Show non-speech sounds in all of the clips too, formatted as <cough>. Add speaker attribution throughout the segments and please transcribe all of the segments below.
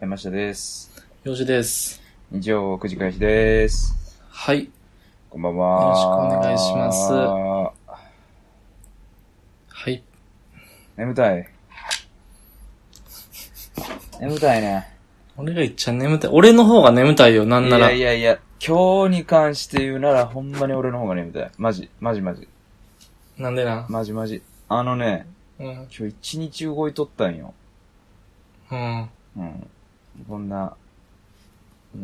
Speaker 1: 山下です。
Speaker 2: よしです。
Speaker 1: 日曜9時開始です。
Speaker 2: はい。
Speaker 1: こんばんは。
Speaker 2: よろしくお願いしまはい。
Speaker 1: す。眠たい。眠たいね。
Speaker 2: 俺がいっちゃ眠たい。俺の方が眠たいよ、なん
Speaker 1: い
Speaker 2: なら。
Speaker 1: やいやいや、今日に関して言うならほんまに俺の方が眠たい。マジ、マジマジ。
Speaker 2: なんでな。
Speaker 1: マジマジ。あのね、
Speaker 2: うん。
Speaker 1: 今日一日動いとったんよ。
Speaker 2: うん。
Speaker 1: うん。こんな、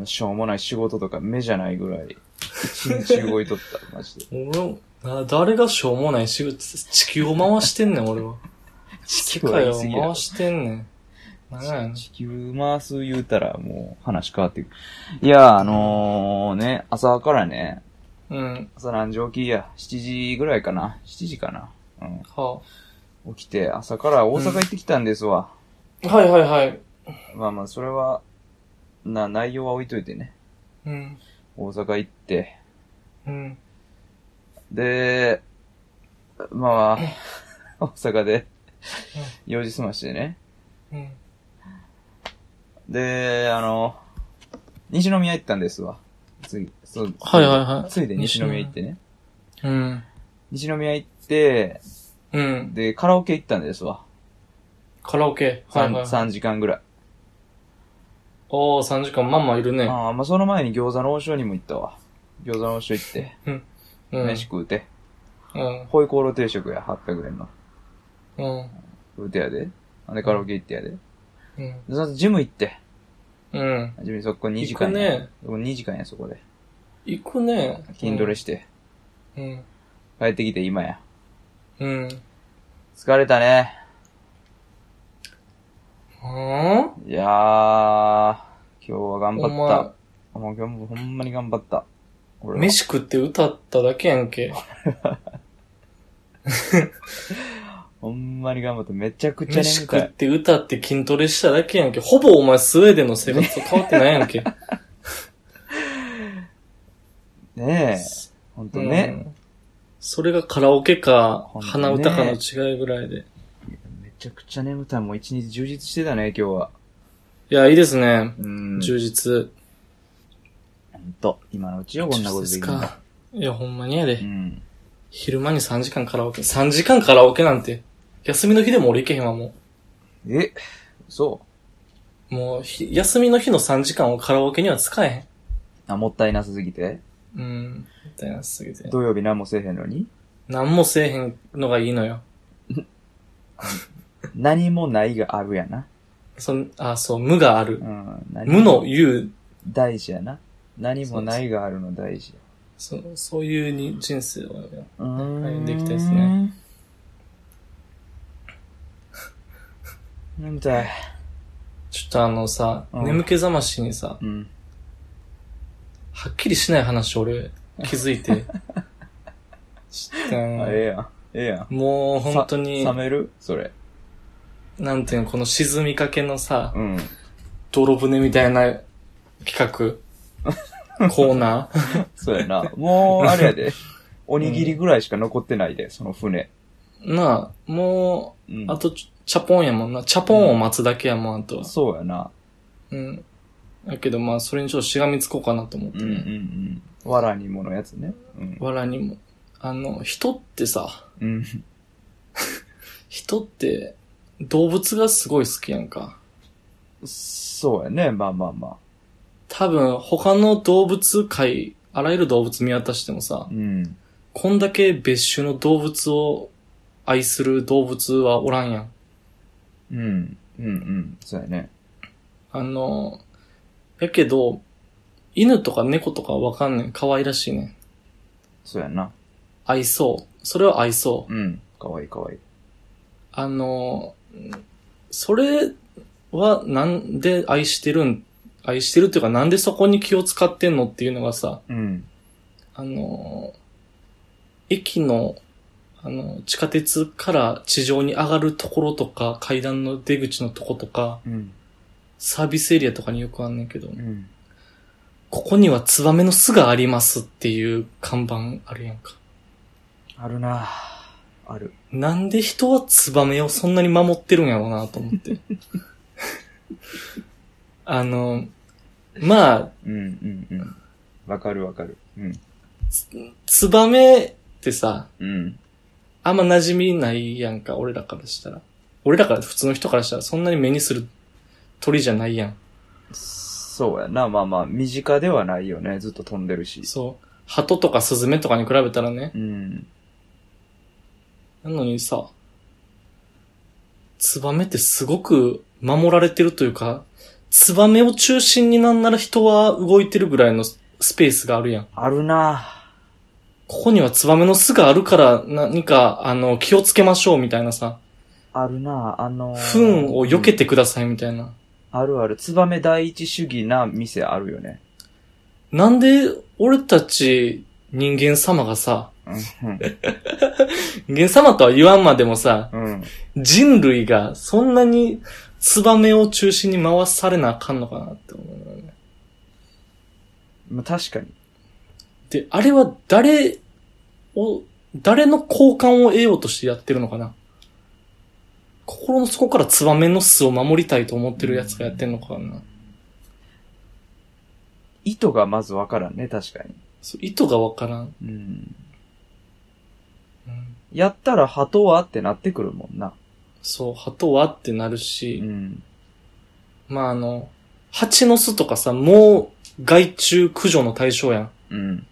Speaker 1: しょうもない仕事とか目じゃないぐらい、一日動いとった、マジ
Speaker 2: <laughs>
Speaker 1: で。
Speaker 2: 俺、な誰がしょうもない仕事、地球を回し
Speaker 1: <laughs>
Speaker 2: てんねん、俺は。
Speaker 1: 地
Speaker 2: 世
Speaker 1: 球は
Speaker 2: 界
Speaker 1: 言い
Speaker 2: を
Speaker 1: 過ぎやろ
Speaker 2: 回してんねん。なんやねん
Speaker 1: 地球回す言うたらもう話変わってくる。いや、あのー、ね、朝からね、
Speaker 2: うん。
Speaker 1: 朝何時起きや、7時ぐらいかな ?7 時かなう
Speaker 2: は
Speaker 1: ん。起きて、朝から大阪行ってきたんですわ。
Speaker 2: あ、はいはいはい。
Speaker 1: まあまあ、それは、な、内容は置いといてね。
Speaker 2: うん。
Speaker 1: 大阪行って、
Speaker 2: うん。
Speaker 1: で、まあ、大阪で、用事済ましてね。
Speaker 2: うん。
Speaker 1: で、あの、西宮行ったんですわ。次、そう。
Speaker 2: はいはいはい
Speaker 1: ついで西宮行ってね。
Speaker 2: うん。
Speaker 1: 西宮行って、
Speaker 2: うん。
Speaker 1: で、カラオケ行ったんですわ。
Speaker 2: カラオケ。は
Speaker 1: 3,
Speaker 2: いはい。
Speaker 1: 3時間ぐらい。
Speaker 2: おー、3時間、まんまいるね。
Speaker 1: ああ、まあ、その前に餃子の王将にも行ったわ。餃子の王将行って、
Speaker 2: うん。
Speaker 1: 飯食うて。
Speaker 2: うん。
Speaker 1: ホイコーロー定食や、800円の。
Speaker 2: うん。
Speaker 1: 食うてやで。あんで、カラオケ行ってやで。で、
Speaker 2: うん。
Speaker 1: その後ジム行って。
Speaker 2: うん。
Speaker 1: ジムそこ2時間や。
Speaker 2: 行くね
Speaker 1: そこ2時間や、そこで。
Speaker 2: 行くね。
Speaker 1: 筋トレして。
Speaker 2: うん。
Speaker 1: 帰ってきて今や。
Speaker 2: うん。
Speaker 1: 疲れたね。
Speaker 2: うん
Speaker 1: いやー、今日は頑
Speaker 2: お
Speaker 1: 張
Speaker 2: 前
Speaker 1: っ、た。もう今日もほんまに頑張った。俺は
Speaker 2: 飯食って歌っただけやん <laughs> け。
Speaker 1: ほんまに頑張った。めちゃくちゃ
Speaker 2: 飯
Speaker 1: 眠
Speaker 2: 食
Speaker 1: た
Speaker 2: っ
Speaker 1: い。
Speaker 2: て歌って筋トレしただけやんけ。ほぼお前スウェーデンの生活と変わってないやん
Speaker 1: <laughs>
Speaker 2: け。
Speaker 1: ねえ。ほんとね。
Speaker 2: うんそれがカラオケか
Speaker 1: ほん、とね
Speaker 2: 鼻歌かの違いぐらいで。
Speaker 1: めちゃくちゃ眠たい。もう一日充実してたね、今日は。
Speaker 2: いや、いいですね。
Speaker 1: うん。
Speaker 2: 充実。
Speaker 1: ほんと。今のうちよ、こんなことできるん
Speaker 2: 充実
Speaker 1: だ。
Speaker 2: か。いや、ほんまにやで。
Speaker 1: うん。
Speaker 2: 昼間に3時間カラオケ。3時間カラオケなんて。休みの日でも俺行けへんわ、も。
Speaker 1: え、そう
Speaker 2: もうひ、休みの日の3時間をカラオケには使え
Speaker 1: う。あ、もったいなさすぎて。
Speaker 2: へん。うん。みたいなすぎて。
Speaker 1: 土曜日何もせえへんのに。
Speaker 2: 何もせえへんのがいいのよ。
Speaker 1: 何もないがあるやな。
Speaker 2: そん、あ、そう、無がある
Speaker 1: う。ん。何も
Speaker 2: 無の言う、
Speaker 1: 大事やな。何もないがあるの大事
Speaker 2: そそういうに人生を、
Speaker 1: や。うーん。
Speaker 2: できたですね。
Speaker 1: 眠たい。
Speaker 2: ちょっとあのさ、
Speaker 1: うん
Speaker 2: 眠気覚ましにさ、
Speaker 1: うん。
Speaker 2: はっきりしない話俺気づ
Speaker 1: <laughs>
Speaker 2: いて。ちょっとあ
Speaker 1: あ
Speaker 2: の、
Speaker 1: ええやん。ええやん。
Speaker 2: もう本当に
Speaker 1: さ、冷めるそれ。
Speaker 2: なんていうの、この沈みかけのさ、
Speaker 1: うん。
Speaker 2: 泥船みたいな
Speaker 1: <laughs>
Speaker 2: 企画、コーナー。
Speaker 1: そうやな。もう、あれやで。おにぎりぐらいしか残ってないで、その船。
Speaker 2: なあ、も
Speaker 1: う
Speaker 2: う、
Speaker 1: ん。
Speaker 2: あとち、チャポンやもんな。チャポンを待つだけやもん、あとは。
Speaker 1: そうやな。
Speaker 2: うん。だけどまあ、それにちょっとしがみつこうかなと思ってね。
Speaker 1: んうん。わらにものやつね。うん。
Speaker 2: わらにも。あの、人ってさ、
Speaker 1: うん。
Speaker 2: 人って動物がすごい好きやんか。
Speaker 1: そうやね。まあまあま
Speaker 2: 多分他の動物界、あらゆる動物見渡してもさ
Speaker 1: あ。う、ん。
Speaker 2: こんだけ別種の動物を愛する動物はおらんやん。
Speaker 1: うん。うんうん。そうやね。
Speaker 2: あの、やけど、犬とか猫とかわかんねん。可愛らしいねん。
Speaker 1: そうやな。
Speaker 2: 愛そう。それは愛そう。
Speaker 1: うん。かわいいかわいい。
Speaker 2: あの、それはなんで愛してるん、愛してるっていうかなんでそこに気を使ってんのっていうのがさ、
Speaker 1: うん。
Speaker 2: あの、駅の、あの、地下鉄から地上に上がるところとか、階段の出口のとことか、
Speaker 1: うん。
Speaker 2: サービスエリアとかによくあんねんけど、
Speaker 1: うん。
Speaker 2: ここにはツバメの巣がありますっていう看板あるやんか。
Speaker 1: あるなある。
Speaker 2: なんで人はツバメをそんなに守ってるんやろうなと思って。 <laughs> あの、まあ、
Speaker 1: うんうんうん。わかるわかる。うん。
Speaker 2: ツバメってさ、
Speaker 1: うん。
Speaker 2: あんま馴染みないやんか、俺らからしたら。俺らから、普通の人からしたら、そんなに目にする鳥じゃないやん。
Speaker 1: そうやな。まあまあ、身近ではないよね。ずっと飛んでるし。
Speaker 2: そう。鳩とかスズメとかに比べたらね。
Speaker 1: うん。
Speaker 2: なのにさ、ツバメってすごく守られてるというか、ツバメを中心になんなら人は動いてるぐらいのスペースがあるやん。
Speaker 1: あるな
Speaker 2: ここにはツバメの巣があるから何か、あの、気をつけましょうみたいなさ、
Speaker 1: あるなあのー、
Speaker 2: 糞を避け
Speaker 1: うん
Speaker 2: てくださいみたいな。
Speaker 1: あるある。ツバメ第一主義な店あるよね。
Speaker 2: なんで俺たち人間様がさ、
Speaker 1: う
Speaker 2: 人間様とは言わんまでもさ、
Speaker 1: ん。うん。
Speaker 2: 人類がそんなにツバメを中心に回されなあかんのかなって思うのよね。
Speaker 1: まあ、確かに。
Speaker 2: で、あれは誰を、誰の好感を得ようとしてやってるのかな心の底からツバメの巣を守りたいと思ってるやつがやってんのかな
Speaker 1: 意図がまずわからんね、確かに。
Speaker 2: そう意図がわからん。
Speaker 1: うん。
Speaker 2: うん
Speaker 1: やったら鳩はってなってくるもんな。
Speaker 2: そう、鳩はってなる
Speaker 1: う
Speaker 2: し、
Speaker 1: ん。
Speaker 2: まああの、蜂の巣とかさ、もう害虫駆除の対象やん。
Speaker 1: うん。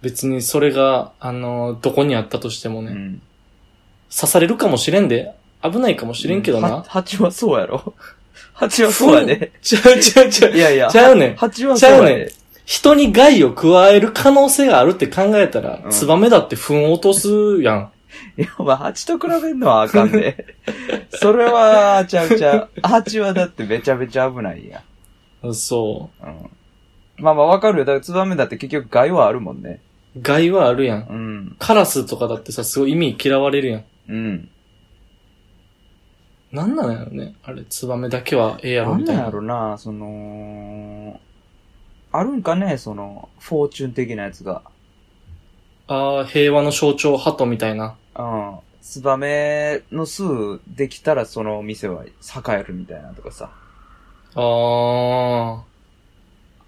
Speaker 2: 別にそれが、あの、どこにあったとしても
Speaker 1: う
Speaker 2: ね、刺
Speaker 1: ん。
Speaker 2: されるかもしれんで、危ないかもしれんけど
Speaker 1: う
Speaker 2: な。
Speaker 1: 蜂はそうやろ <laughs> 蜂はそうやで。
Speaker 2: ちゃうちゃうちゃう。
Speaker 1: いやいや。
Speaker 2: ちゃうねん
Speaker 1: 蜂はそうや
Speaker 2: ちゃうねん
Speaker 1: で。
Speaker 2: 人に害を加える可能性があるって考えたら
Speaker 1: う、ん
Speaker 2: ツバメだって糞を落とすやん。
Speaker 1: いや、まあ、蜂と比べんのはあかんで。それは、ちゃうちゃう。蜂はだってめちゃめちゃ危ないや
Speaker 2: そ
Speaker 1: ん。うん。まあまあわかるよ。だからツバメだって結局害はあるもんね。
Speaker 2: う。害はあるやん。
Speaker 1: うん。
Speaker 2: カラスとかだってさ、すごい意味嫌われるやん。
Speaker 1: うん。
Speaker 2: なんなんやろね。あれ、ツバメだけはええやろ
Speaker 1: なん
Speaker 2: みたい
Speaker 1: なん
Speaker 2: な。
Speaker 1: やろな、その、あるんかね、その、フォーチュン的なやつが。
Speaker 2: ああ、平和の象徴、鳩みたいな。
Speaker 1: うん。ツバメの巣できたらそのお店は栄えるみたいなとかさ。
Speaker 2: あ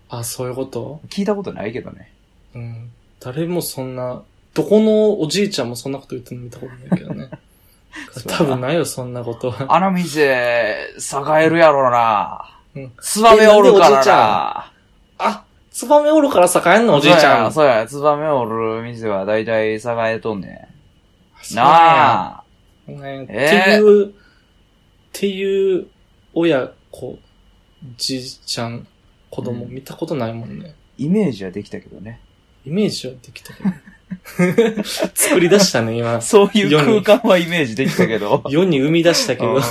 Speaker 2: あ。あ、そういうこと
Speaker 1: 聞いたことないけどね。
Speaker 2: うん。誰もそんな、どこのおじいちゃんもそんなこと言ってるの見たことないけどね
Speaker 1: <laughs> そう。だ
Speaker 2: 多分ないよ、そんなことは。
Speaker 1: あの店、栄えるやろな
Speaker 2: うん。
Speaker 1: ツバメおるか
Speaker 2: えなんでおじい
Speaker 1: ら
Speaker 2: ち
Speaker 1: な
Speaker 2: ゃ。あ、ツバメおるから栄えんのおじいちゃん。
Speaker 1: そうや、そうやツバメおる店は大体栄えとんねん。
Speaker 2: あ。
Speaker 1: なあ。
Speaker 2: そうなんやって
Speaker 1: え
Speaker 2: いう、っていう、親子、じいちゃん、子供
Speaker 1: うん
Speaker 2: 見たことないもんね。
Speaker 1: イメージはできたけどね。
Speaker 2: イメージはできたけど。 <laughs> 作り出したね、今。
Speaker 1: そうい
Speaker 2: 世
Speaker 1: う
Speaker 2: に。
Speaker 1: 空間はイメージできたけど
Speaker 2: 世に生み出したけど
Speaker 1: うん。
Speaker 2: <laughs>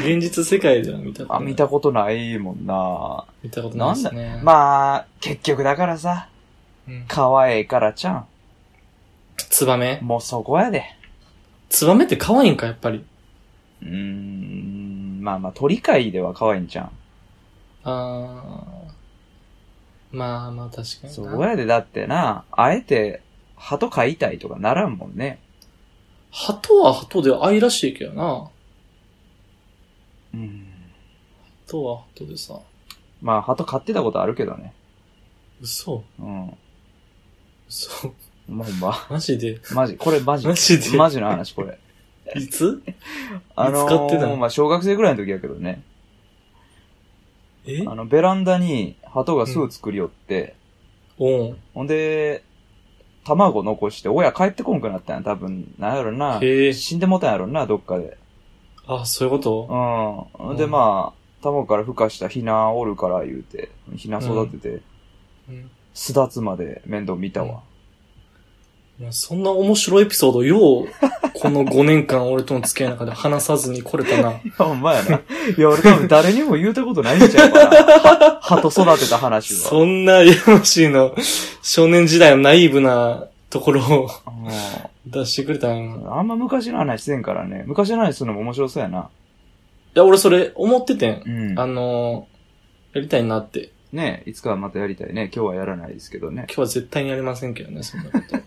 Speaker 2: 現実世界では見たこと
Speaker 1: <laughs> あ、
Speaker 2: ない。
Speaker 1: 見たことないもんな。
Speaker 2: 見たことないですね。
Speaker 1: まあ、結局だからさ、
Speaker 2: うん
Speaker 1: 可愛いからちゃ
Speaker 2: ツバメ
Speaker 1: ん。もうそこやで。
Speaker 2: ツバメって可愛いんか、やっぱり。
Speaker 1: うーん、まあまあ、鳥界では可愛いんちゃ
Speaker 2: あー。まあまあ、確か
Speaker 1: ん。
Speaker 2: に
Speaker 1: そ
Speaker 2: な。
Speaker 1: こやで、だってな、あえて、鳩飼いたいとかならんもんね。
Speaker 2: 鳩は鳩で愛らしいけどな。
Speaker 1: うん。
Speaker 2: 鳩は鳩でさ。
Speaker 1: まあ、鳩飼ってたことあるけどね。
Speaker 2: 嘘
Speaker 1: うん。
Speaker 2: 嘘
Speaker 1: もうほんま。
Speaker 2: マジで
Speaker 1: マジ、これマジ。
Speaker 2: <laughs> マジで
Speaker 1: マジの話、これ。<laughs>
Speaker 2: いつ
Speaker 1: あのー
Speaker 2: 飼ってたの
Speaker 1: まあ、小学生ぐらいの時やけどね。
Speaker 2: え
Speaker 1: あの、ベランダに鳩が巣作りよって、
Speaker 2: おん。
Speaker 1: ほんで、卵残して、親帰ってこんくなったんや、多分。なんやろな。
Speaker 2: へえ。
Speaker 1: 死んでもたんやろな、どっかで。
Speaker 2: あ、そういうこと
Speaker 1: うん。
Speaker 2: うん
Speaker 1: で、まあ、卵から孵化したヒナおるから言うて、ヒナ育てて、
Speaker 2: うん。
Speaker 1: 巣立つまで面倒見た
Speaker 2: <laughs>
Speaker 1: わ。
Speaker 2: まあそんな面白いエピソード、よう、この5年間俺との付き合いの中で話さずに来れたな。
Speaker 1: いやほんまやな。いや、俺多分誰にも言うたことないんちゃうかな。
Speaker 2: <laughs>
Speaker 1: 鳩育てた話は。
Speaker 2: そんな、やましいの、少年時代のナイーブなところを出してくれたんやな
Speaker 1: う
Speaker 2: い
Speaker 1: んあんま昔の話せんからね。昔の話するのも面白そうやな。
Speaker 2: や、俺それ思っててん
Speaker 1: う。ん。
Speaker 2: あのー、やりたいなって。
Speaker 1: ねいつかはまたやりたいね。今日はやらないですけどね
Speaker 2: 今。日は絶対にやりませんけどね、そんな <laughs> ことは。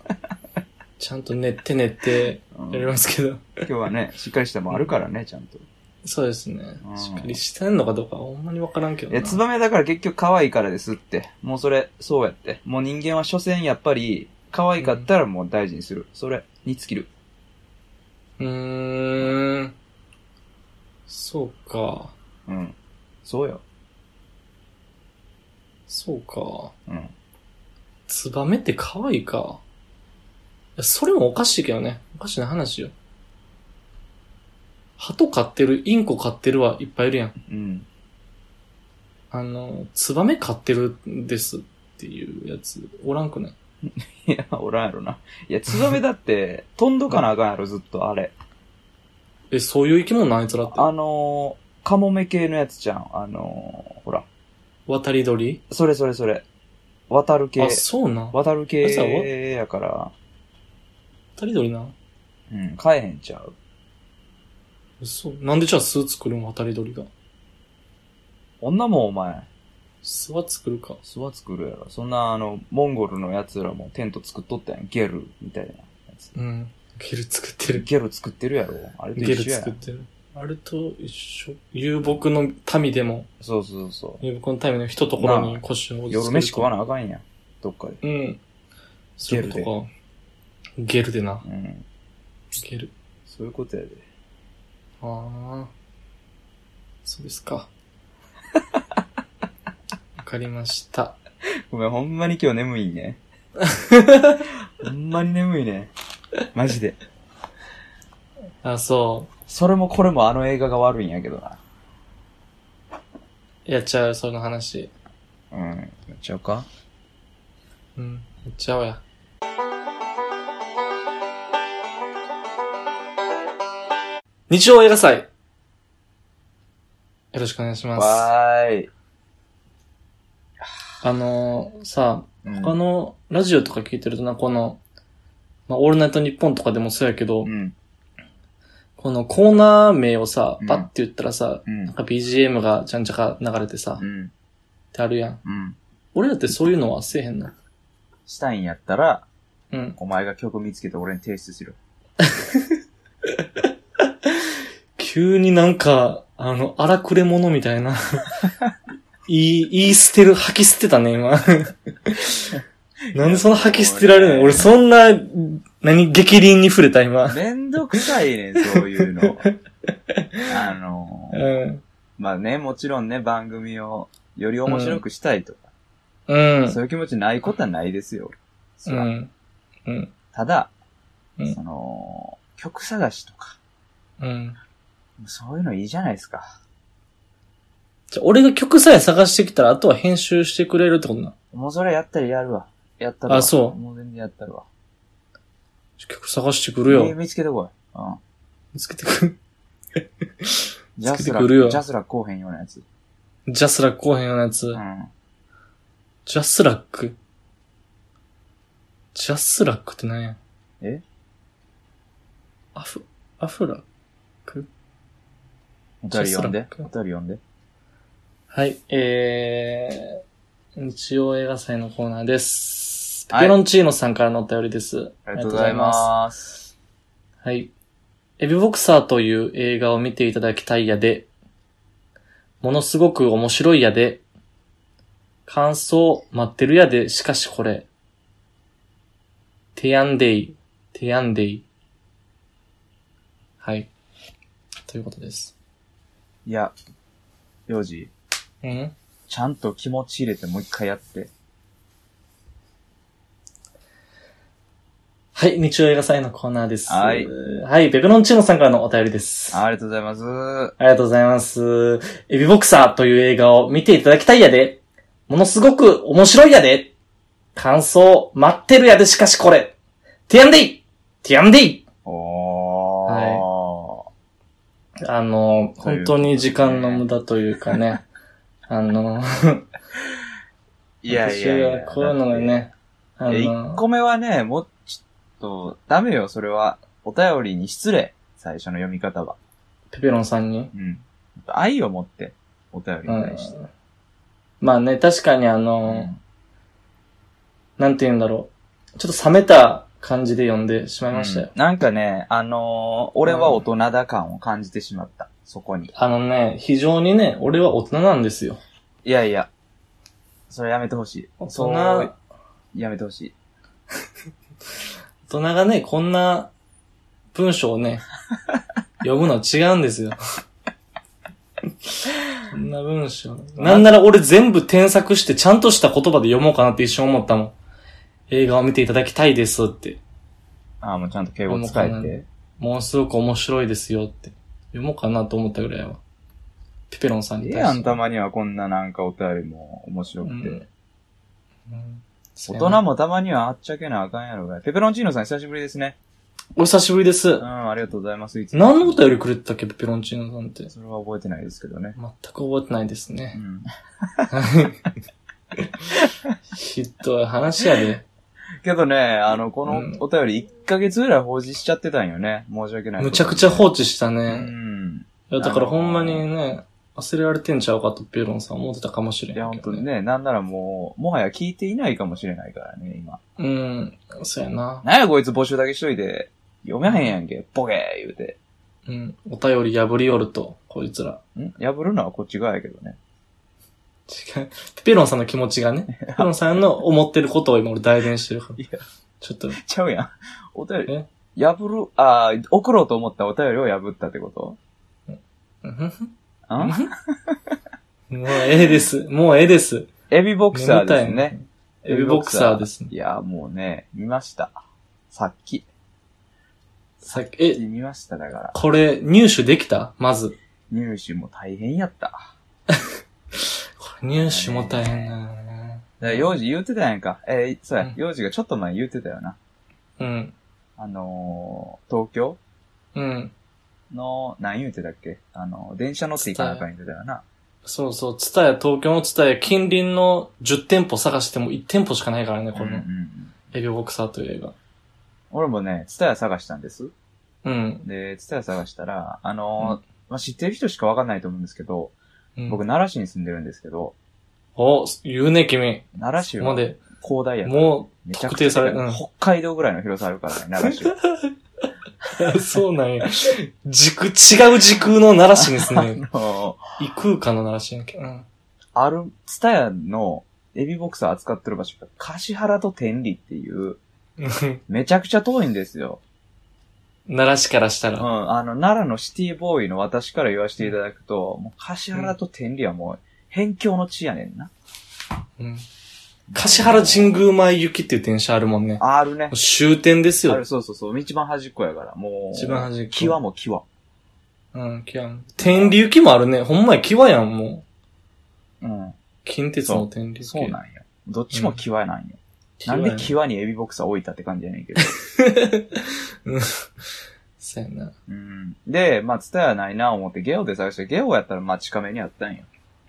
Speaker 2: ちゃんと寝って寝って
Speaker 1: うん
Speaker 2: やりますけど。
Speaker 1: 今日はね、しっかりしたもんあるからね、ちゃんと。
Speaker 2: そうですね
Speaker 1: う。ん
Speaker 2: しっかりしてんのかどうか、ほんまにわからんけど
Speaker 1: え、
Speaker 2: な。
Speaker 1: ツバメだから結局可愛いからですって。もうそれ、そうやって。もう人間は所詮やっぱり、可愛かったらもう大事にする。それ、に尽きる。
Speaker 2: うーん。そうか。
Speaker 1: うん。そうよ。
Speaker 2: そうか。
Speaker 1: うん。
Speaker 2: ツバメって可愛いか。いや、それもおかしいけどね。おかしな話よ。鳩飼ってる、インコ飼ってるはいっぱいいるやん。
Speaker 1: うん。 <laughs>
Speaker 2: あの、ツバメ飼ってるんですっていうやつ、おらんくない
Speaker 1: いや、おらんやろな。いや、ツバメだ
Speaker 2: <laughs>
Speaker 1: って、飛んどかなあかんやろ、ずっと、あれ。
Speaker 2: え、そういう生き物なんあいつらって。
Speaker 1: あのー、カモメ系のやつじゃん。あのー、ほら。
Speaker 2: 渡り鳥
Speaker 1: それそれそれ。渡る系
Speaker 2: あ、。そうなん。
Speaker 1: 渡る
Speaker 2: あいつら
Speaker 1: 系やから、
Speaker 2: 渡り鳥な。
Speaker 1: うん、飼えへんちゃう。
Speaker 2: そう。なんでじゃあ巣作るん渡り鳥が。
Speaker 1: 女もんお前、
Speaker 2: 巣は作るか。
Speaker 1: 巣は作るやろ。そんな、あの、モンゴルのやつらもテント作っとったやん。ゲル、みたいなやつ。
Speaker 2: うん。ゲル作ってる。
Speaker 1: ゲル作ってるやろ。あれと
Speaker 2: ゲル
Speaker 1: 一緒やん
Speaker 2: 作ってる。あれと一緒。遊牧の民でも、
Speaker 1: そうそうそう。
Speaker 2: 遊牧の民の一ところに腰を落
Speaker 1: 夜飯食わ
Speaker 2: な
Speaker 1: なあかんやん。どっかで。
Speaker 2: うん。そういうことか。ゲルでな。
Speaker 1: うん。
Speaker 2: ゲル。
Speaker 1: そういうことやで。
Speaker 2: ああ。そうですか。 <laughs> わかりました。
Speaker 1: ごめん、ほんまに今日眠いね。ほんまに眠いね。マジで。
Speaker 2: あ、そ
Speaker 1: それもこれもあの映画が悪いんやけどな。
Speaker 2: う。やっちゃう、その話。
Speaker 1: うん。やっちゃうか
Speaker 2: うん。やっちゃおうや。日曜映画祭。よろしくお願いします。
Speaker 1: わーい。
Speaker 2: あのー、さ、
Speaker 1: うん
Speaker 2: 他のラジオとか聞いてるとな、この、まあ、オールナイトニッポンとかでもそうやけど、
Speaker 1: うん。
Speaker 2: このコーナー名をさ
Speaker 1: うん、
Speaker 2: パッて言ったらさ、
Speaker 1: うん
Speaker 2: なんか BGM がじゃんじゃか流れてさ、
Speaker 1: う
Speaker 2: っ
Speaker 1: ん。
Speaker 2: てあるやん。
Speaker 1: うん。
Speaker 2: 俺だってそういうのはせえへんの。
Speaker 1: したいんやったら、
Speaker 2: うん。
Speaker 1: お前が曲見つけて俺に提出しろ。
Speaker 2: 急になんか、あの、荒くれ者み
Speaker 1: <laughs>
Speaker 2: たいな。言い、言い捨てる、吐き捨てたね、
Speaker 1: <laughs>
Speaker 2: 今。なんでそんな吐き捨てられるの俺そんな、何、激鱗に触れた、今。
Speaker 1: <laughs> めんどくさいねん、そういうの。あの
Speaker 2: う
Speaker 1: ー、
Speaker 2: ん。
Speaker 1: まあね、もちろんね、番組をより面白くしたいとか、
Speaker 2: うん
Speaker 1: そ。ういう気持ちないことはないですよ。
Speaker 2: う
Speaker 1: そら
Speaker 2: ん。うん。
Speaker 1: ただ、
Speaker 2: うん
Speaker 1: その、曲探しとか、
Speaker 2: うん。
Speaker 1: そういうのいいじゃないですか。
Speaker 2: じゃあ、俺が曲さえ探してきたら、あとは編集してくれるってことな。
Speaker 1: もうそれやったりやるわ。やったるわ。
Speaker 2: あそう
Speaker 1: もう全然やったるわ。
Speaker 2: 曲探してくるよ。
Speaker 1: 見つけてこい。うん。
Speaker 2: 見つけてく
Speaker 1: ジャス
Speaker 2: つけて
Speaker 1: ラ、
Speaker 2: くるよ
Speaker 1: ジャスラこうへんようなやつ。
Speaker 2: る。ジャスラックこうへんようなやつ。
Speaker 1: うん。
Speaker 2: ジャスラック。ジャスラックって何や
Speaker 1: え
Speaker 2: アフ、アフラック
Speaker 1: お便り読ん
Speaker 2: ジャ
Speaker 1: で
Speaker 2: ス。
Speaker 1: お便
Speaker 2: ラ
Speaker 1: り読んで。
Speaker 2: はい、えー、日曜映画祭のコーナーです。
Speaker 1: は
Speaker 2: ペ
Speaker 1: い
Speaker 2: ペロンチーノさんからのお便りです。
Speaker 1: ありがとうございます。
Speaker 2: はい。エビボクサーという映画を見ていただきたいやで、ものすごく面白いやで、感想待ってるやで、しかしこれ。てやんでい、てやんでい。はい。ということです。
Speaker 1: いや、幼児、
Speaker 2: うん
Speaker 1: ちゃんと気持ち入れてもう一回やって。
Speaker 2: はい、日曜映画祭のコーナーです。
Speaker 1: はい
Speaker 2: はい、ベクロンチーノさんからのお便りです。
Speaker 1: ありがとうございます。
Speaker 2: ありがとうございます。エビボクサーという映画を見ていただきたいやで。ものすごく面白いやで。感想待ってるやでしかしこれ。ティアンデイティアンデイ
Speaker 1: おー。
Speaker 2: あの、本当に時間の無駄というかね。あの、
Speaker 1: い、やいやい
Speaker 2: 私
Speaker 1: や。
Speaker 2: はこういうのがね。あ
Speaker 1: だって。え
Speaker 2: の
Speaker 1: 1、個目はね、もうちょっと、ダメよ、それは。お便りに失礼。最初の読み方は。
Speaker 2: ペペロンさんに。
Speaker 1: うん。愛を持って、お便り
Speaker 2: う
Speaker 1: に対
Speaker 2: ん
Speaker 1: して。
Speaker 2: まあね、確かにあ
Speaker 1: う
Speaker 2: の、。なんて言うんだろう。ちょっと冷めた感じで読んでしまいましたよ。
Speaker 1: なんかね、あのー俺は大人だ感を感じてしまった。そこに。
Speaker 2: あのね、非常にね、俺は大人なんですよ。
Speaker 1: いやいや、それやめてほしい。
Speaker 2: 大人
Speaker 1: そうやめてほしい。
Speaker 2: 大人がね、こんな文章を
Speaker 1: <laughs>
Speaker 2: ね、読むのは違うんですよ。こんな文章。なんなら俺全部添削してちゃんとした言葉で読もうかなって一瞬思ったもん。映画を見ていただきたいですって。
Speaker 1: ああ、もうちゃんと敬語使え
Speaker 2: もうこん
Speaker 1: て。
Speaker 2: ものすごく面白いですよって。読もうかなと思ったぐらいは。ペペロンさん
Speaker 1: い
Speaker 2: に
Speaker 1: い
Speaker 2: 対
Speaker 1: やん、
Speaker 2: して。
Speaker 1: たまにはこんななんかお便りも面白くて。
Speaker 2: うんうん
Speaker 1: 大人もたまにはあっちゃけなあかんやろが。ペペロンチーノさん久しぶりですね。
Speaker 2: お久しぶりです
Speaker 1: う。ん、ありがとうございます。いつも
Speaker 2: 何のお便りくれてたっけ、ペペロンチーノさんって。
Speaker 1: それは覚えてないですけどね。
Speaker 2: 全く覚えてないですね
Speaker 1: う。ん。
Speaker 2: ひどい話やで。
Speaker 1: けどね、あの、こ
Speaker 2: うん
Speaker 1: のお便り1ヶ月ぐらい放置しちゃってたんよね。申し訳ない。
Speaker 2: むちゃくちゃ放置した
Speaker 1: う
Speaker 2: ね。
Speaker 1: ん。
Speaker 2: いや、だからほんまにね、忘れられてんちゃうかとペロンさん思ってたかもしれ
Speaker 1: いや、
Speaker 2: んけ
Speaker 1: 本
Speaker 2: ど、
Speaker 1: 当
Speaker 2: ね。
Speaker 1: にね、なんならもう、もはや聞いていないかもしれないからね、今。
Speaker 2: うん、そうやな。
Speaker 1: なんやこいつ募集だけしといて、読めへんやんけ、ボケー言うて。
Speaker 2: うん、お便り破りよると、こいつら。
Speaker 1: ん破るのはこっち側やけどね。
Speaker 2: 違う。ペロンさんの気持ちが
Speaker 1: <laughs>
Speaker 2: ね、ペロンさんの思ってることを今俺代弁してるから
Speaker 1: いや。
Speaker 2: ちょっと、
Speaker 1: ちゃうやん。 <laughs> お便り
Speaker 2: え。
Speaker 1: 破る、あー送ろうと思ったお便りを破ったってこと
Speaker 2: うん
Speaker 1: ん
Speaker 2: もうええです。もうええです。
Speaker 1: エビボクサーです
Speaker 2: 眠たい
Speaker 1: ね。
Speaker 2: エビボクサーですね。
Speaker 1: いや、もうね、見ました。さっき。
Speaker 2: さっき、え、
Speaker 1: 見ました、だから。
Speaker 2: これ入手できたまず。
Speaker 1: 入手も大変やった。だか
Speaker 2: これ入手も大変だよね。
Speaker 1: ら、幼児言うてたやんか。えーそう
Speaker 2: う
Speaker 1: や
Speaker 2: ん、
Speaker 1: 幼児がちょっと前言うてたよな。
Speaker 2: うん。
Speaker 1: あのー、東京
Speaker 2: うん。
Speaker 1: の、何言うてたっけあの、電車乗って行かなあかん言うてたよな。
Speaker 2: そうそう、ツタヤ、東京のツタヤ、近隣の10店舗探しても1店舗しかないからね、こ
Speaker 1: うんうんう
Speaker 2: の
Speaker 1: ん
Speaker 2: エビボクサーという映画。
Speaker 1: 俺もね、ツタヤ探したんです。
Speaker 2: うん。
Speaker 1: で、ツタヤ探したら、あのー、まあ、知ってる人しかわかんないと思うんですけど、
Speaker 2: うん、
Speaker 1: 僕、奈良市に住んでるんですけど、
Speaker 2: お、言うね、君。
Speaker 1: 奈良市
Speaker 2: ここ
Speaker 1: は
Speaker 2: まで、
Speaker 1: 広大やから
Speaker 2: も
Speaker 1: めちゃく
Speaker 2: 特
Speaker 1: ちゃ
Speaker 2: 定され
Speaker 1: でかい
Speaker 2: うん
Speaker 1: 北海道ぐらいの広さあるからね、奈良市
Speaker 2: <laughs>
Speaker 1: は。
Speaker 2: う、 <laughs> そうなんや。軸、違う時空の奈良市で
Speaker 1: <laughs>
Speaker 2: すね。
Speaker 1: あの
Speaker 2: 異空間の奈良市やんけ。うん。 <laughs>
Speaker 1: ある、ツタヤのエビボクサー扱ってる場所が、橿原と天理っていう、
Speaker 2: 奈
Speaker 1: めちゃくちゃ遠いんですよ。
Speaker 2: 良市からした
Speaker 1: う
Speaker 2: ら。
Speaker 1: ん、あの、奈良のシティボーイの私から言わせていただくと、もう橿原と天理はもう、辺境の地やねんな。
Speaker 2: うん。橿原神宮前行きっていう電車あるもんね。も
Speaker 1: ああるね
Speaker 2: う。終点です
Speaker 1: あ
Speaker 2: よ
Speaker 1: る、。そうそうそう。一番端っこやから、もう。
Speaker 2: 一番端っこ
Speaker 1: 際も際。
Speaker 2: うん、キワン。天竜機もあるね。ほんまや、キワやん、も
Speaker 1: うん。
Speaker 2: う。近鉄の天竜機。
Speaker 1: そうなんよ。どっちも際なんよ。
Speaker 2: キ
Speaker 1: な
Speaker 2: ワや
Speaker 1: んで際にエビボクサー置いたって感じやねん
Speaker 2: <laughs>
Speaker 1: けど。
Speaker 2: そうやな。
Speaker 1: うん。で、まあ、ツタヤないな思って、ゲオで探して、ゲオやったら、まあ、近めにあったんよ。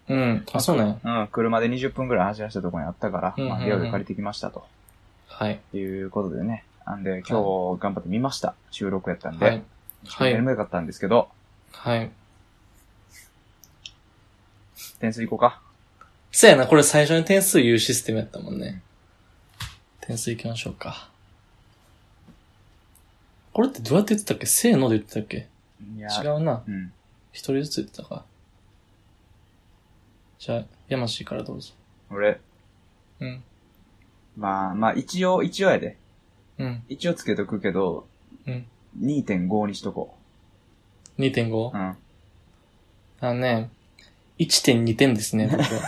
Speaker 2: うん。あ、そうなんや。
Speaker 1: うん、車で20分くらい走らせたとこにあったから、
Speaker 2: うんうんうん
Speaker 1: まあ、ゲオで借りてきましたと。
Speaker 2: はい。
Speaker 1: いうことでね。なんで、今日頑張って見ました。収録やったんで。
Speaker 2: はい。は
Speaker 1: やり
Speaker 2: い。
Speaker 1: もよかったんですけど、
Speaker 2: はい。
Speaker 1: 点数いこうか。
Speaker 2: そうやな、これ最初に点数言うシステムやったもんね。点数いきましょうか。これってどうやって言ってたっけせーので言ってたっけ
Speaker 1: いや
Speaker 2: 違うな。
Speaker 1: うん。
Speaker 2: 一人ずつ言ってたか。じゃあ、山氏からどうぞ。
Speaker 1: 俺、
Speaker 2: うん。
Speaker 1: まあまあ、一応、一応やで。
Speaker 2: うん。
Speaker 1: 一応つけとくけど、
Speaker 2: うん。
Speaker 1: 2.5にしとこ
Speaker 2: 2.5?
Speaker 1: う。うん。
Speaker 2: あのね、1.2点ですね、僕は。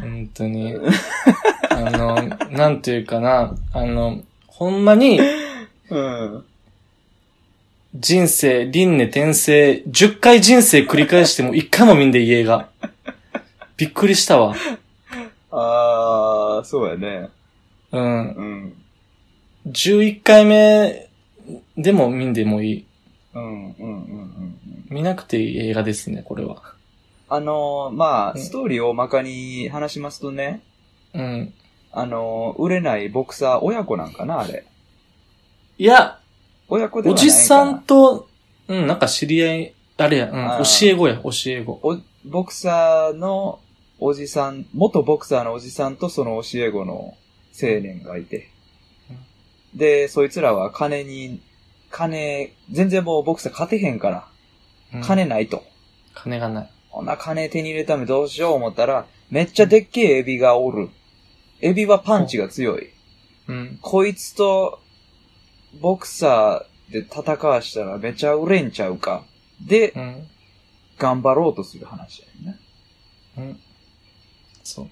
Speaker 2: 本当に。あの、なんていうかな、あの、ほんまに
Speaker 1: うん。
Speaker 2: 人生、輪廻転生、10回人生繰り返しても1回も見んでいい映画。びっくりしたわ。
Speaker 1: あー、そうやね。
Speaker 2: うん。
Speaker 1: うん。
Speaker 2: 11回目でも見んでもいい。
Speaker 1: うん、うん、うん、うん。
Speaker 2: 見なくていい映画ですね、これは。
Speaker 1: あのー、まあ、
Speaker 2: うん
Speaker 1: ストーリーを大まかに話しますとね、
Speaker 2: うん。
Speaker 1: あのー、売れないボクサー親子なんかな、あれ。
Speaker 2: いや、
Speaker 1: 親子で
Speaker 2: お
Speaker 1: はないか
Speaker 2: じ
Speaker 1: な。
Speaker 2: さんと、うん、なんか知り合い、あれや、うん、
Speaker 1: あ
Speaker 2: 教
Speaker 1: ー
Speaker 2: え子や、教え子。
Speaker 1: お、ボクサーのおじさん、元ボクサーのおじさんとその教え子の青年がいて
Speaker 2: うん、
Speaker 1: で、そいつらは金に、金、全然もうボクサー勝てへんから、
Speaker 2: うん
Speaker 1: 金ないと。
Speaker 2: 金がない。
Speaker 1: こんな金手に入れるためどうしよう思ったら、めっちゃでっけえエビがおる。エビはパンチが強い。
Speaker 2: うん。
Speaker 1: こいつと、ボクサーで戦わしたらめちゃ売れんちゃうか。で、
Speaker 2: うん。
Speaker 1: 頑張ろうとする話やね。
Speaker 2: うん。そう。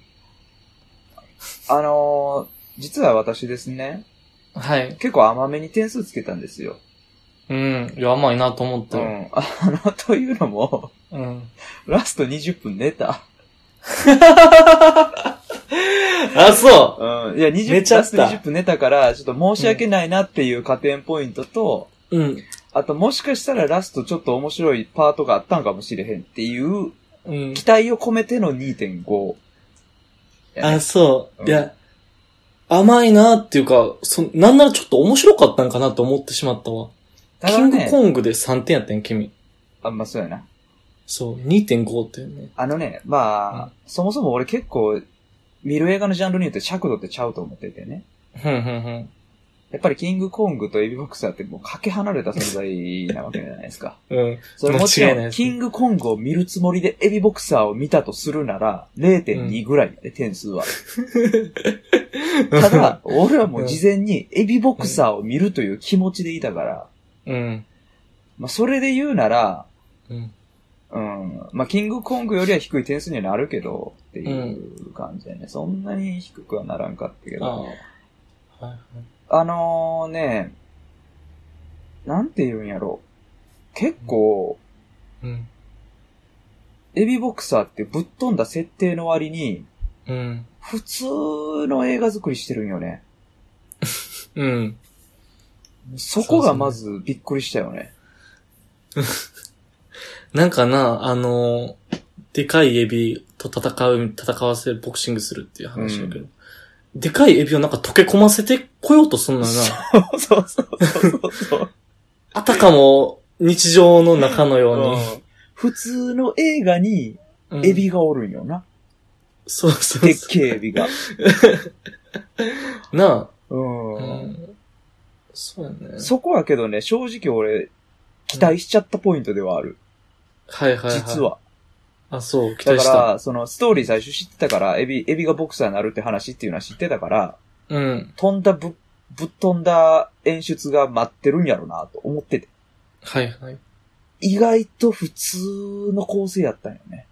Speaker 1: あのー実は私ですね、
Speaker 2: はい。
Speaker 1: 結構甘めに点数つけたんですよ。
Speaker 2: うん。いや、甘いなと思っ
Speaker 1: う
Speaker 2: たよ。
Speaker 1: ん。 <laughs> あの、というのも、
Speaker 2: うん。
Speaker 1: ラスト20分寝た。
Speaker 2: あ、そう
Speaker 1: うん。いや、20
Speaker 2: 寝ちゃ
Speaker 1: ラ
Speaker 2: っ
Speaker 1: ス
Speaker 2: た
Speaker 1: ト20分寝たから、ちょっと申し訳ないなっていう加点ポイントと、
Speaker 2: うん。
Speaker 1: あともしかしたらラストちょっと面白いパートがあったんかもしれへんっていう
Speaker 2: うん。
Speaker 1: 期待を込めての2.5。
Speaker 2: あ、そう。
Speaker 1: うん
Speaker 2: いや、甘いなっていうか、そ、なんならちょっと面白かったんかなと思ってしまったわ。
Speaker 1: た
Speaker 2: キ
Speaker 1: だ
Speaker 2: ング
Speaker 1: ね、
Speaker 2: コングで3点やったん、君。
Speaker 1: あ、まあそうやな。
Speaker 2: そう、2.5ってね。
Speaker 1: あのね、まあ、
Speaker 2: うん
Speaker 1: そもそも俺結構、見る映画のジャンルによって尺度ってちゃうと思っててね。
Speaker 2: ふんふんふん。
Speaker 1: やっぱりキングコングとエビボクサーってもうかけ離れた存在なわけじゃないですか。
Speaker 2: うん。
Speaker 1: それもちろ
Speaker 2: 間違いない
Speaker 1: ん、
Speaker 2: です
Speaker 1: キングコングを見るつもりでエビボクサーを見たとするなら、0.2ぐらいで、点
Speaker 2: <laughs>
Speaker 1: 数は。ただ、俺はもう事前にエビボクサーを見るという気持ちでいたから、
Speaker 2: うん。
Speaker 1: まあ、それで言うなら、
Speaker 2: <laughs> うん。
Speaker 1: うん、まあ、キングコングよりは低い点数にはなるけど、っていう感じでね、そんなに低くはならんかったけ
Speaker 2: ああ。
Speaker 1: ど、
Speaker 2: はいはい。
Speaker 1: あのーね、なんて言うんやろ結構、
Speaker 2: うん。
Speaker 1: エビボクサーってぶっ飛んだ設定の割に、
Speaker 2: うん。
Speaker 1: 普通の映画作りしてるんよね。
Speaker 2: うん。
Speaker 1: そこがまずびっくりしたよね。
Speaker 2: なんかな、あのーでかいエビと戦う、戦わせ、ボクシングするっていう話だけど。でかいエビをなんか溶け込ませてこようとすんのよな。
Speaker 1: そうそうそうそうそう、
Speaker 2: あたかも日常の中のよ
Speaker 1: <laughs> うん普通の映画に
Speaker 2: うに。
Speaker 1: エビがおるんよな。
Speaker 2: そうそう
Speaker 1: でっ
Speaker 2: そ
Speaker 1: けえエビが。
Speaker 2: う。な
Speaker 1: う。
Speaker 2: あ、うんん。そうやね。
Speaker 1: そこはけどね、正直俺、期待しちゃったポイントではある。
Speaker 2: はいはいはい。
Speaker 1: 実。は。
Speaker 2: あ、そう、期
Speaker 1: だ
Speaker 2: 待
Speaker 1: か
Speaker 2: した。
Speaker 1: ら、その、ストーリー最初知ってたから、エビ、エビがボクサーになるって話っていうのは知ってたから、
Speaker 2: うん。
Speaker 1: 飛んだぶ、ぶっ飛んだ演出が待ってるんやろなと思ってて。
Speaker 2: はいはい。
Speaker 1: 意外と普通の構成やったんよね。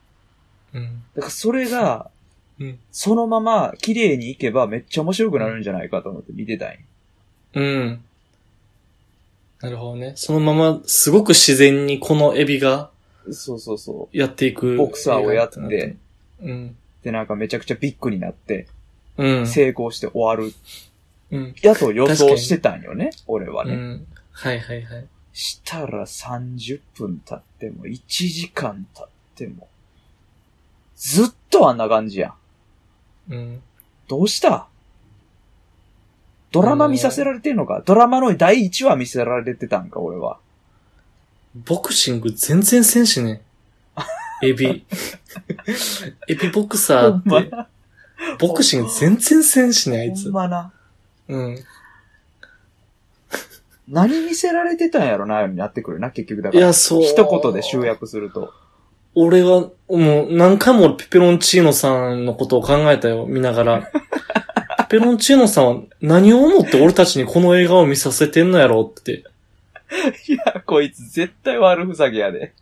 Speaker 2: うん。
Speaker 1: だからそれが、
Speaker 2: うん
Speaker 1: そのまま綺麗にいけばめっちゃ面白くなるんじゃないかと思って見てたんよ。
Speaker 2: うん。なるほどね。そのまま、すごく自然にこのエビが
Speaker 1: そうそうそう。
Speaker 2: やっていく。
Speaker 1: ボクサーをやって
Speaker 2: なるほど。うん。
Speaker 1: で、なんかめちゃくちゃビッグになって、
Speaker 2: うん。
Speaker 1: 成功して終わる。
Speaker 2: うん。
Speaker 1: やと予想してたんよね、俺は
Speaker 2: う
Speaker 1: ね。
Speaker 2: ん。はいはいはい。
Speaker 1: したら30分経っても、1時間経っても、ずっとあんな感じやん。
Speaker 2: うん。
Speaker 1: どうしたドラマ見させられてんのかドラマの第1話見せられてたんか、俺は。
Speaker 2: ボクシング全然せんしね。
Speaker 1: <laughs>
Speaker 2: エビ。エビボクサー
Speaker 1: ほ
Speaker 2: っ
Speaker 1: ん
Speaker 2: て、ボクシング全然せんしね、あい
Speaker 1: ほ
Speaker 2: つ
Speaker 1: ん。まな。
Speaker 2: うん。
Speaker 1: 何見せられてたんやろな、ようになってくるな、結局だ
Speaker 2: い
Speaker 1: から。
Speaker 2: や、そう。
Speaker 1: 一言で集。約すると。
Speaker 2: 俺は、もう、何回もペペロンチーノさんのことを考えたよ、見な
Speaker 1: <laughs>
Speaker 2: がら。ペペロンチーノさんは何を思って俺たちにこの映画を見させてんのやろって。
Speaker 1: いや、 <laughs> こいつ絶対悪ふざけやで。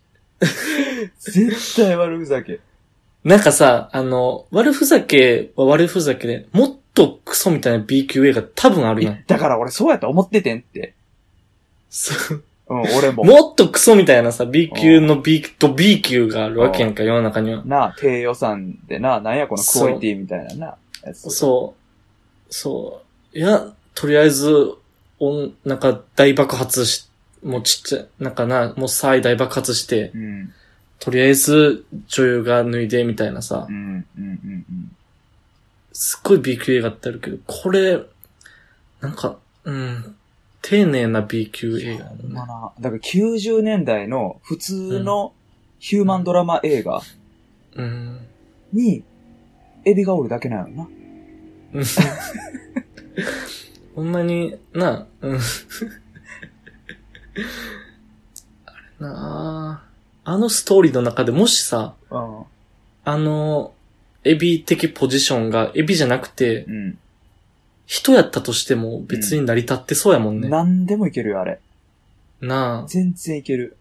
Speaker 1: 絶対悪ふざけ。
Speaker 2: なんかさ、あの、悪ふざけは悪ふざけで、もっとクソみたいな B 級映画多分あるやん。
Speaker 1: だから俺そうやと思っててんって。
Speaker 2: そう
Speaker 1: うん、俺も。
Speaker 2: もっとクソみたいなさ、B 級の B と B 級があるわけやんか、世の中には。
Speaker 1: なあ、低予算でな、なんやこのクオリティみたいなな。やつ
Speaker 2: そう。そう。いや、とりあえず、おん、なんか大爆発し、もうちっちゃい、なんかな、もう最大爆発して、
Speaker 1: うん、
Speaker 2: とりあえず女優が脱いで、みたいなさ
Speaker 1: うん、う、ん、うん、うん。
Speaker 2: すっごい B 級映画ってあるけど、これ、なんか、うん、丁寧な B 級映画だ
Speaker 1: ほんま
Speaker 2: ね。
Speaker 1: な。だから90年代の普通のヒューマンドラマ映画
Speaker 2: うん。
Speaker 1: に、エビがおるだけなのな。
Speaker 2: ほんまに、なあ、うん。あれなあ、あのストーリーの中でもしさ、
Speaker 1: ああ。
Speaker 2: あの、エビ的ポジションがエビじゃなくて
Speaker 1: う、ん。
Speaker 2: 人やったとしても別に成り立ってそうやもんね。
Speaker 1: 何でもいけるよ、あれ。
Speaker 2: なあ、
Speaker 1: 全然いける。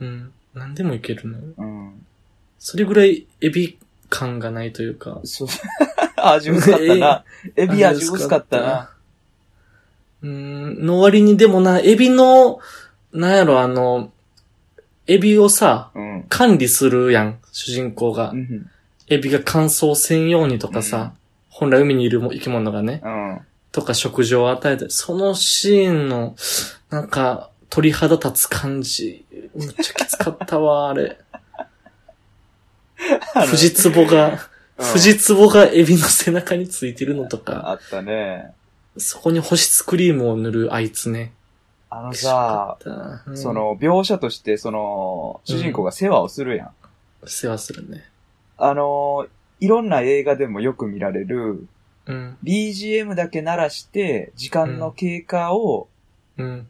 Speaker 2: うん。なんでもいけるのよ
Speaker 1: うん。
Speaker 2: それぐらいエビ感がないというか。
Speaker 1: そう。味薄かったな。エビ味薄かったな。。
Speaker 2: うーん、の割にでもな、エビの、なんやろ、あの、エビをさ、
Speaker 1: うん。
Speaker 2: 管理するやん、主人公が
Speaker 1: う。ん。
Speaker 2: エビが乾燥せんようにとかさ、本来海にいるも生き物がね、
Speaker 1: うん。
Speaker 2: とか食事を与えて、そのシーンの、なんか、鳥肌立つ感じ、めっちゃきつかったわ、
Speaker 1: <laughs>
Speaker 2: あれ。藤壺が、
Speaker 1: <laughs> うん
Speaker 2: 藤壺がエビの背中についてるのとか。
Speaker 1: あったね。
Speaker 2: そこに保湿クリームを塗るあいつね。
Speaker 1: あのさ、
Speaker 2: 美味しかった、うん
Speaker 1: そ、の、描写として、その、主人公が世話をするやん。
Speaker 2: 世話するね。
Speaker 1: あのー、いろんな映画でもよく見られる、
Speaker 2: うん。
Speaker 1: BGM だけ鳴らして、時間の経過を、
Speaker 2: うん。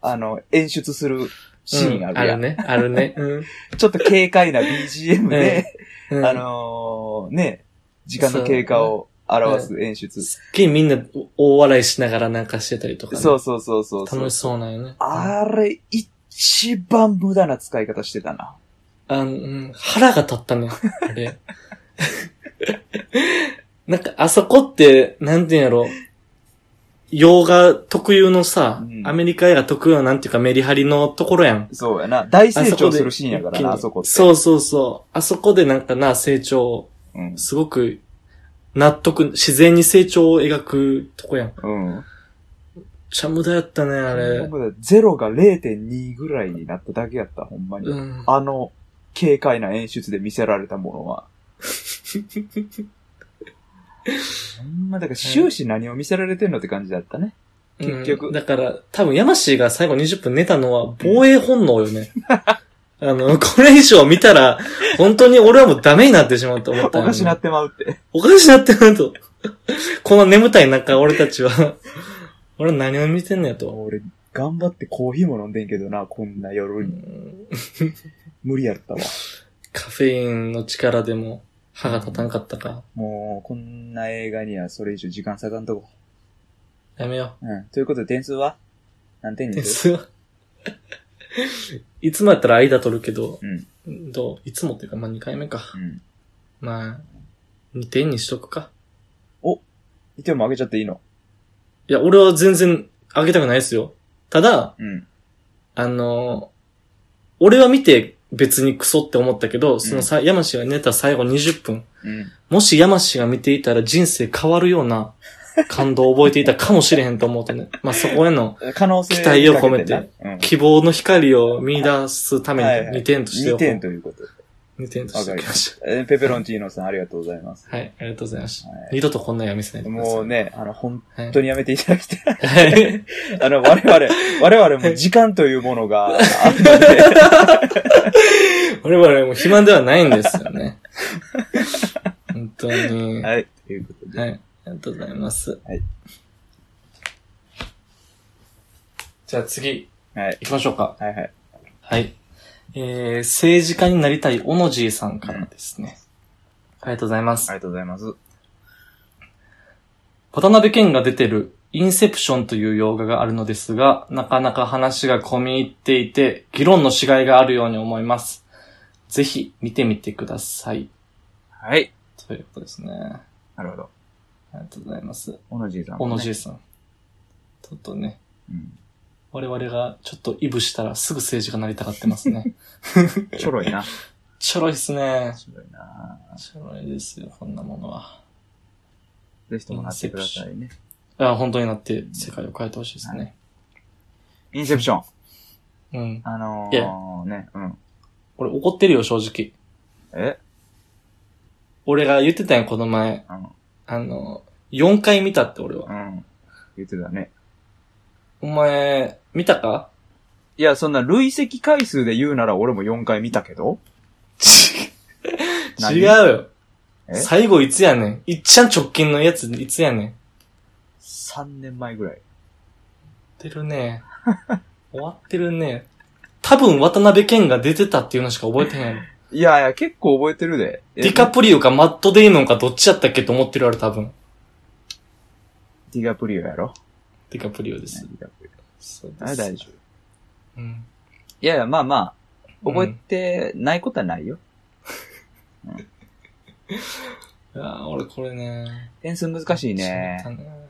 Speaker 1: あの、演出するシーンあるやん。
Speaker 2: うんね。あ
Speaker 1: <laughs>
Speaker 2: るね。うん。
Speaker 1: ちょっと軽快な BGM で、
Speaker 2: <laughs> うん、
Speaker 1: あのー、ね、時間の経過を表す演出。
Speaker 2: すっげえみんな大笑いしながらなんかしてたりとか、ね。
Speaker 1: そうそうそうそうそう。
Speaker 2: 楽しそうなんよね。
Speaker 1: あれ、一番無駄な使い方してたな。
Speaker 2: あの、うん、腹が立ったね。あれ。 <laughs> なんか、あそこって、なんていうんやろ。洋画特有の
Speaker 1: う
Speaker 2: さ、
Speaker 1: ん
Speaker 2: アメリカ映画特有のなんていうかメリハリのところやん。
Speaker 1: そうやな。大
Speaker 2: あ
Speaker 1: 成
Speaker 2: そこ
Speaker 1: 長
Speaker 2: です
Speaker 1: るシーンやからな、あそこって。
Speaker 2: そうそうそう。あそこでなんかな、成長、
Speaker 1: うん。
Speaker 2: すごく納得、自然に成長を描くとこやん。めっ
Speaker 1: うん。
Speaker 2: ちゃ無駄やったね、あれ。
Speaker 1: 僕ゼロが0.2ぐらいになっただけやった、ほんまに。
Speaker 2: うん。
Speaker 1: あの、軽快な演出で見せられたものは。ほんま、だから終始何を見せられてんのって感じだったね。結局
Speaker 2: うんだから、多分、山氏が最後20分寝たのは防衛本能よね。あの、これ以上見たら、本当に俺はもうダメになってしまうと思っ
Speaker 1: お
Speaker 2: た。
Speaker 1: かしなっ。てまうって。
Speaker 2: おかしなってなと。この眠たい中、俺たちは、俺は何を見てんのやと。
Speaker 1: 俺、頑張ってコーヒーも飲んでんけどな、こんな夜に。無理やったわ。
Speaker 2: カフェインの力でも歯が立たんかったか。
Speaker 1: もう、こんな映画にはそれ以上時間割かんとこ。
Speaker 2: やめよ
Speaker 1: うん。ということで点数は何点
Speaker 2: う。
Speaker 1: に
Speaker 2: 点
Speaker 1: す
Speaker 2: 数は。 <laughs> いつもやったら間取るけど、
Speaker 1: る
Speaker 2: どういつもっていうか、まあ2回目か
Speaker 1: う。ん。うん。
Speaker 2: まあ、2点にしとくか。
Speaker 1: いても上げちゃっていいの
Speaker 2: いや、俺は全然あげたくないですよ。ただ、
Speaker 1: うん。
Speaker 2: あのー俺は見て別にクソって思ったけど、そのさ、山氏が寝た最後20分。
Speaker 1: うん。
Speaker 2: もし山氏が見ていたら人生変わるような感動を覚えていたかもしれへんと思うとね。 <laughs> まあそこへの
Speaker 1: 可能性
Speaker 2: 期待を込めて
Speaker 1: かけな。うん。
Speaker 2: 希望の光を見出すため
Speaker 1: はいはい
Speaker 2: に2点とし
Speaker 1: 2
Speaker 2: ておこう
Speaker 1: 点ということで。
Speaker 2: 二点としておきまし
Speaker 1: えーペペロンチーノさんありがとうございます。
Speaker 2: た。はい、ありがとうございました。
Speaker 1: は
Speaker 2: 二度とこんなや見せない
Speaker 1: い、
Speaker 2: でください。
Speaker 1: もうね、あの、本
Speaker 2: はい、
Speaker 1: 当にやめていただきたい。
Speaker 2: はい。
Speaker 1: <laughs> あの、我々、我々も時間というものが <laughs> あるので、
Speaker 2: <laughs> 我々も肥満ではないんですよね。 <laughs> 本当に。
Speaker 1: はい、ということで。
Speaker 2: はい。ありがとうございます。
Speaker 1: はい。
Speaker 2: じゃあ次、
Speaker 1: はい、
Speaker 2: 行きましょうか。
Speaker 1: はい、はい。
Speaker 2: はい。えー、政治家になりたいおのじいさんからですね。ありがとうございま
Speaker 1: あ
Speaker 2: す。
Speaker 1: りがとうございます。
Speaker 2: 渡辺謙が出てる、インセプションという洋画があるのですが、なかなか話が込み入っていて、議論のしがいがあるように思います。ぜひ、見てみてください。
Speaker 1: はい。
Speaker 2: ということですね。あ
Speaker 1: なるほど。
Speaker 2: りがとうございます。
Speaker 1: おのじいさん、
Speaker 2: おのじいさん。ちょっとね、
Speaker 1: うん。
Speaker 2: 我々がちょっとイブしたらすぐ政治家になりたがってますね。
Speaker 1: ちょろいな。ち
Speaker 2: ちょろいっす
Speaker 1: ょ
Speaker 2: ね。
Speaker 1: ろいな
Speaker 2: ちょろいですよ、こんなものは。
Speaker 1: ぜひともなってくださいね。
Speaker 2: いや、本当になって世界を変えてほしいですね。
Speaker 1: インセプション。
Speaker 2: うん。
Speaker 1: あの
Speaker 2: い
Speaker 1: ー、ね、うん。
Speaker 2: 俺怒ってるよ、正直。
Speaker 1: え
Speaker 2: 俺が言ってたやん、この前。
Speaker 1: うん。
Speaker 2: あの、4回見たって俺は。
Speaker 1: うん。言ってたね。
Speaker 2: お前、見たか
Speaker 1: いや、そんな累積回数で言うなら俺も4回見たけど何
Speaker 2: <laughs> 違うよ。
Speaker 1: え
Speaker 2: 最後いつやねん。いっちゃん直近のやついつやねん。
Speaker 1: 3年前ぐらい。
Speaker 2: 終わって
Speaker 1: <laughs>
Speaker 2: るね。終わってるね。多分渡辺謙が出てたっていうのしか覚えてないの。
Speaker 1: いやいや、結構覚えてるで。 <laughs> え
Speaker 2: ディカプリオかマット・デイノンかどっちやったっけと思ってるあれ多分。
Speaker 1: ディカプリオやろ
Speaker 2: ディカプリオで
Speaker 1: デ
Speaker 2: す。
Speaker 1: ィカプリ
Speaker 2: そう
Speaker 1: オ。あれ
Speaker 2: です
Speaker 1: 大。丈夫。
Speaker 2: うん。
Speaker 1: いやいや、まあまあ、覚
Speaker 2: うん
Speaker 1: えてないことはないよ。
Speaker 2: いやー俺これね。
Speaker 1: 点数難しいね
Speaker 2: し。まったね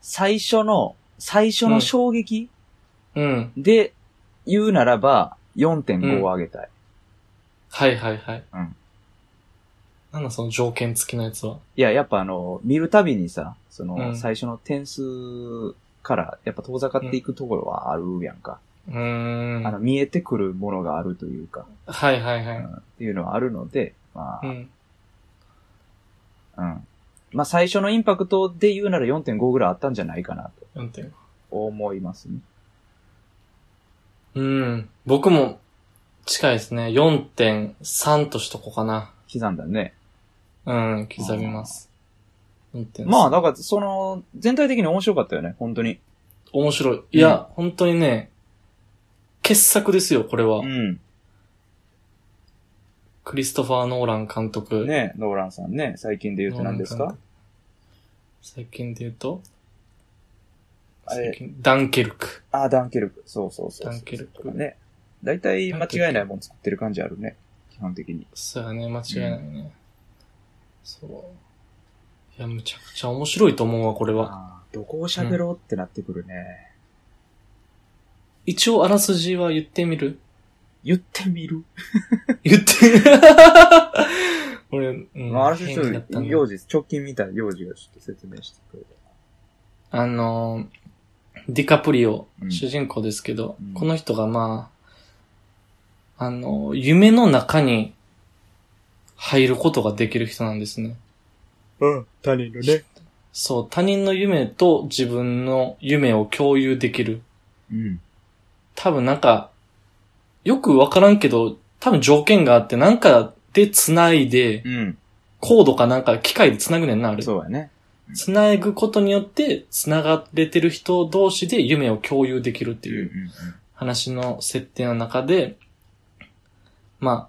Speaker 1: 最初の、最初の衝撃
Speaker 2: うん。
Speaker 1: で言うならば、4.5を上げたい。
Speaker 2: はいはいはい。
Speaker 1: うん。
Speaker 2: なんだその条件付きのやつは。
Speaker 1: いや、やっぱあの、見るたびにさ、そうの、
Speaker 2: ん
Speaker 1: 最初の点数から、やっぱ遠ざかっていくところはあるやんか。
Speaker 2: うーん。
Speaker 1: あの、
Speaker 2: は
Speaker 1: 見えてくるものがあるというか、
Speaker 2: いはいはい。
Speaker 1: っていうのはあるので、ま
Speaker 2: う
Speaker 1: あ、
Speaker 2: ん。
Speaker 1: うん。まあ、最初のインパクトで言うなら4.5ぐらいあったんじゃないかなと
Speaker 2: 4点。
Speaker 1: 思いますね。
Speaker 2: うん。僕も近いですね。4.3としとこうかな。
Speaker 1: 刻んだね。
Speaker 2: うん、刻みます。4.3
Speaker 1: まあ、だから、その、全体的に面白かったよね、本当に。
Speaker 2: 面白い。いや、本当にね、傑作ですよ、これは。
Speaker 1: うん。
Speaker 2: クリストファー・ノーラン監督。
Speaker 1: ねノーランさんね、最近で言うと何です
Speaker 2: ノーラ
Speaker 1: か
Speaker 2: ン監督最近で言うと
Speaker 1: あれ
Speaker 2: 最近ダンケルク。
Speaker 1: ああ、ダンケルク。そうそうそうそう。
Speaker 2: ダンケルク
Speaker 1: とかね。大体間違いないもん作ってる感じあるね。基本的に。
Speaker 2: そうやね、間違いないね。そう。いや、むちゃくちゃ面白いと思うわ、これは。
Speaker 1: あーどこを喋ろうってなってくるね。
Speaker 2: 一応、あらすじは言ってみる <laughs>
Speaker 1: 言ってみる、
Speaker 2: 言って。俺、うん。
Speaker 1: まあ、ある種、
Speaker 2: 変だったな
Speaker 1: 幼児、直近見た幼児がちょっと説明してくれる。
Speaker 2: あのー、ディカプリオ、
Speaker 1: うん
Speaker 2: 主人公ですけど、
Speaker 1: うん
Speaker 2: この人がまあ、あのー、夢の中に入ることができる人なんですね。
Speaker 1: うん、他人のね。
Speaker 2: そう、他人の夢と自分の夢を共有できる。
Speaker 1: うん。
Speaker 2: 多分なんか、よくわからんけど、多分条件があって、なんかで繋いで、
Speaker 1: うん。
Speaker 2: コードかなんか機械で繋ぐねんな、あれ。
Speaker 1: そうやね。
Speaker 2: 繋ぐことによって、繋がれてる人同士で夢を共有できるって
Speaker 1: う
Speaker 2: いう。話の設定の中で、ま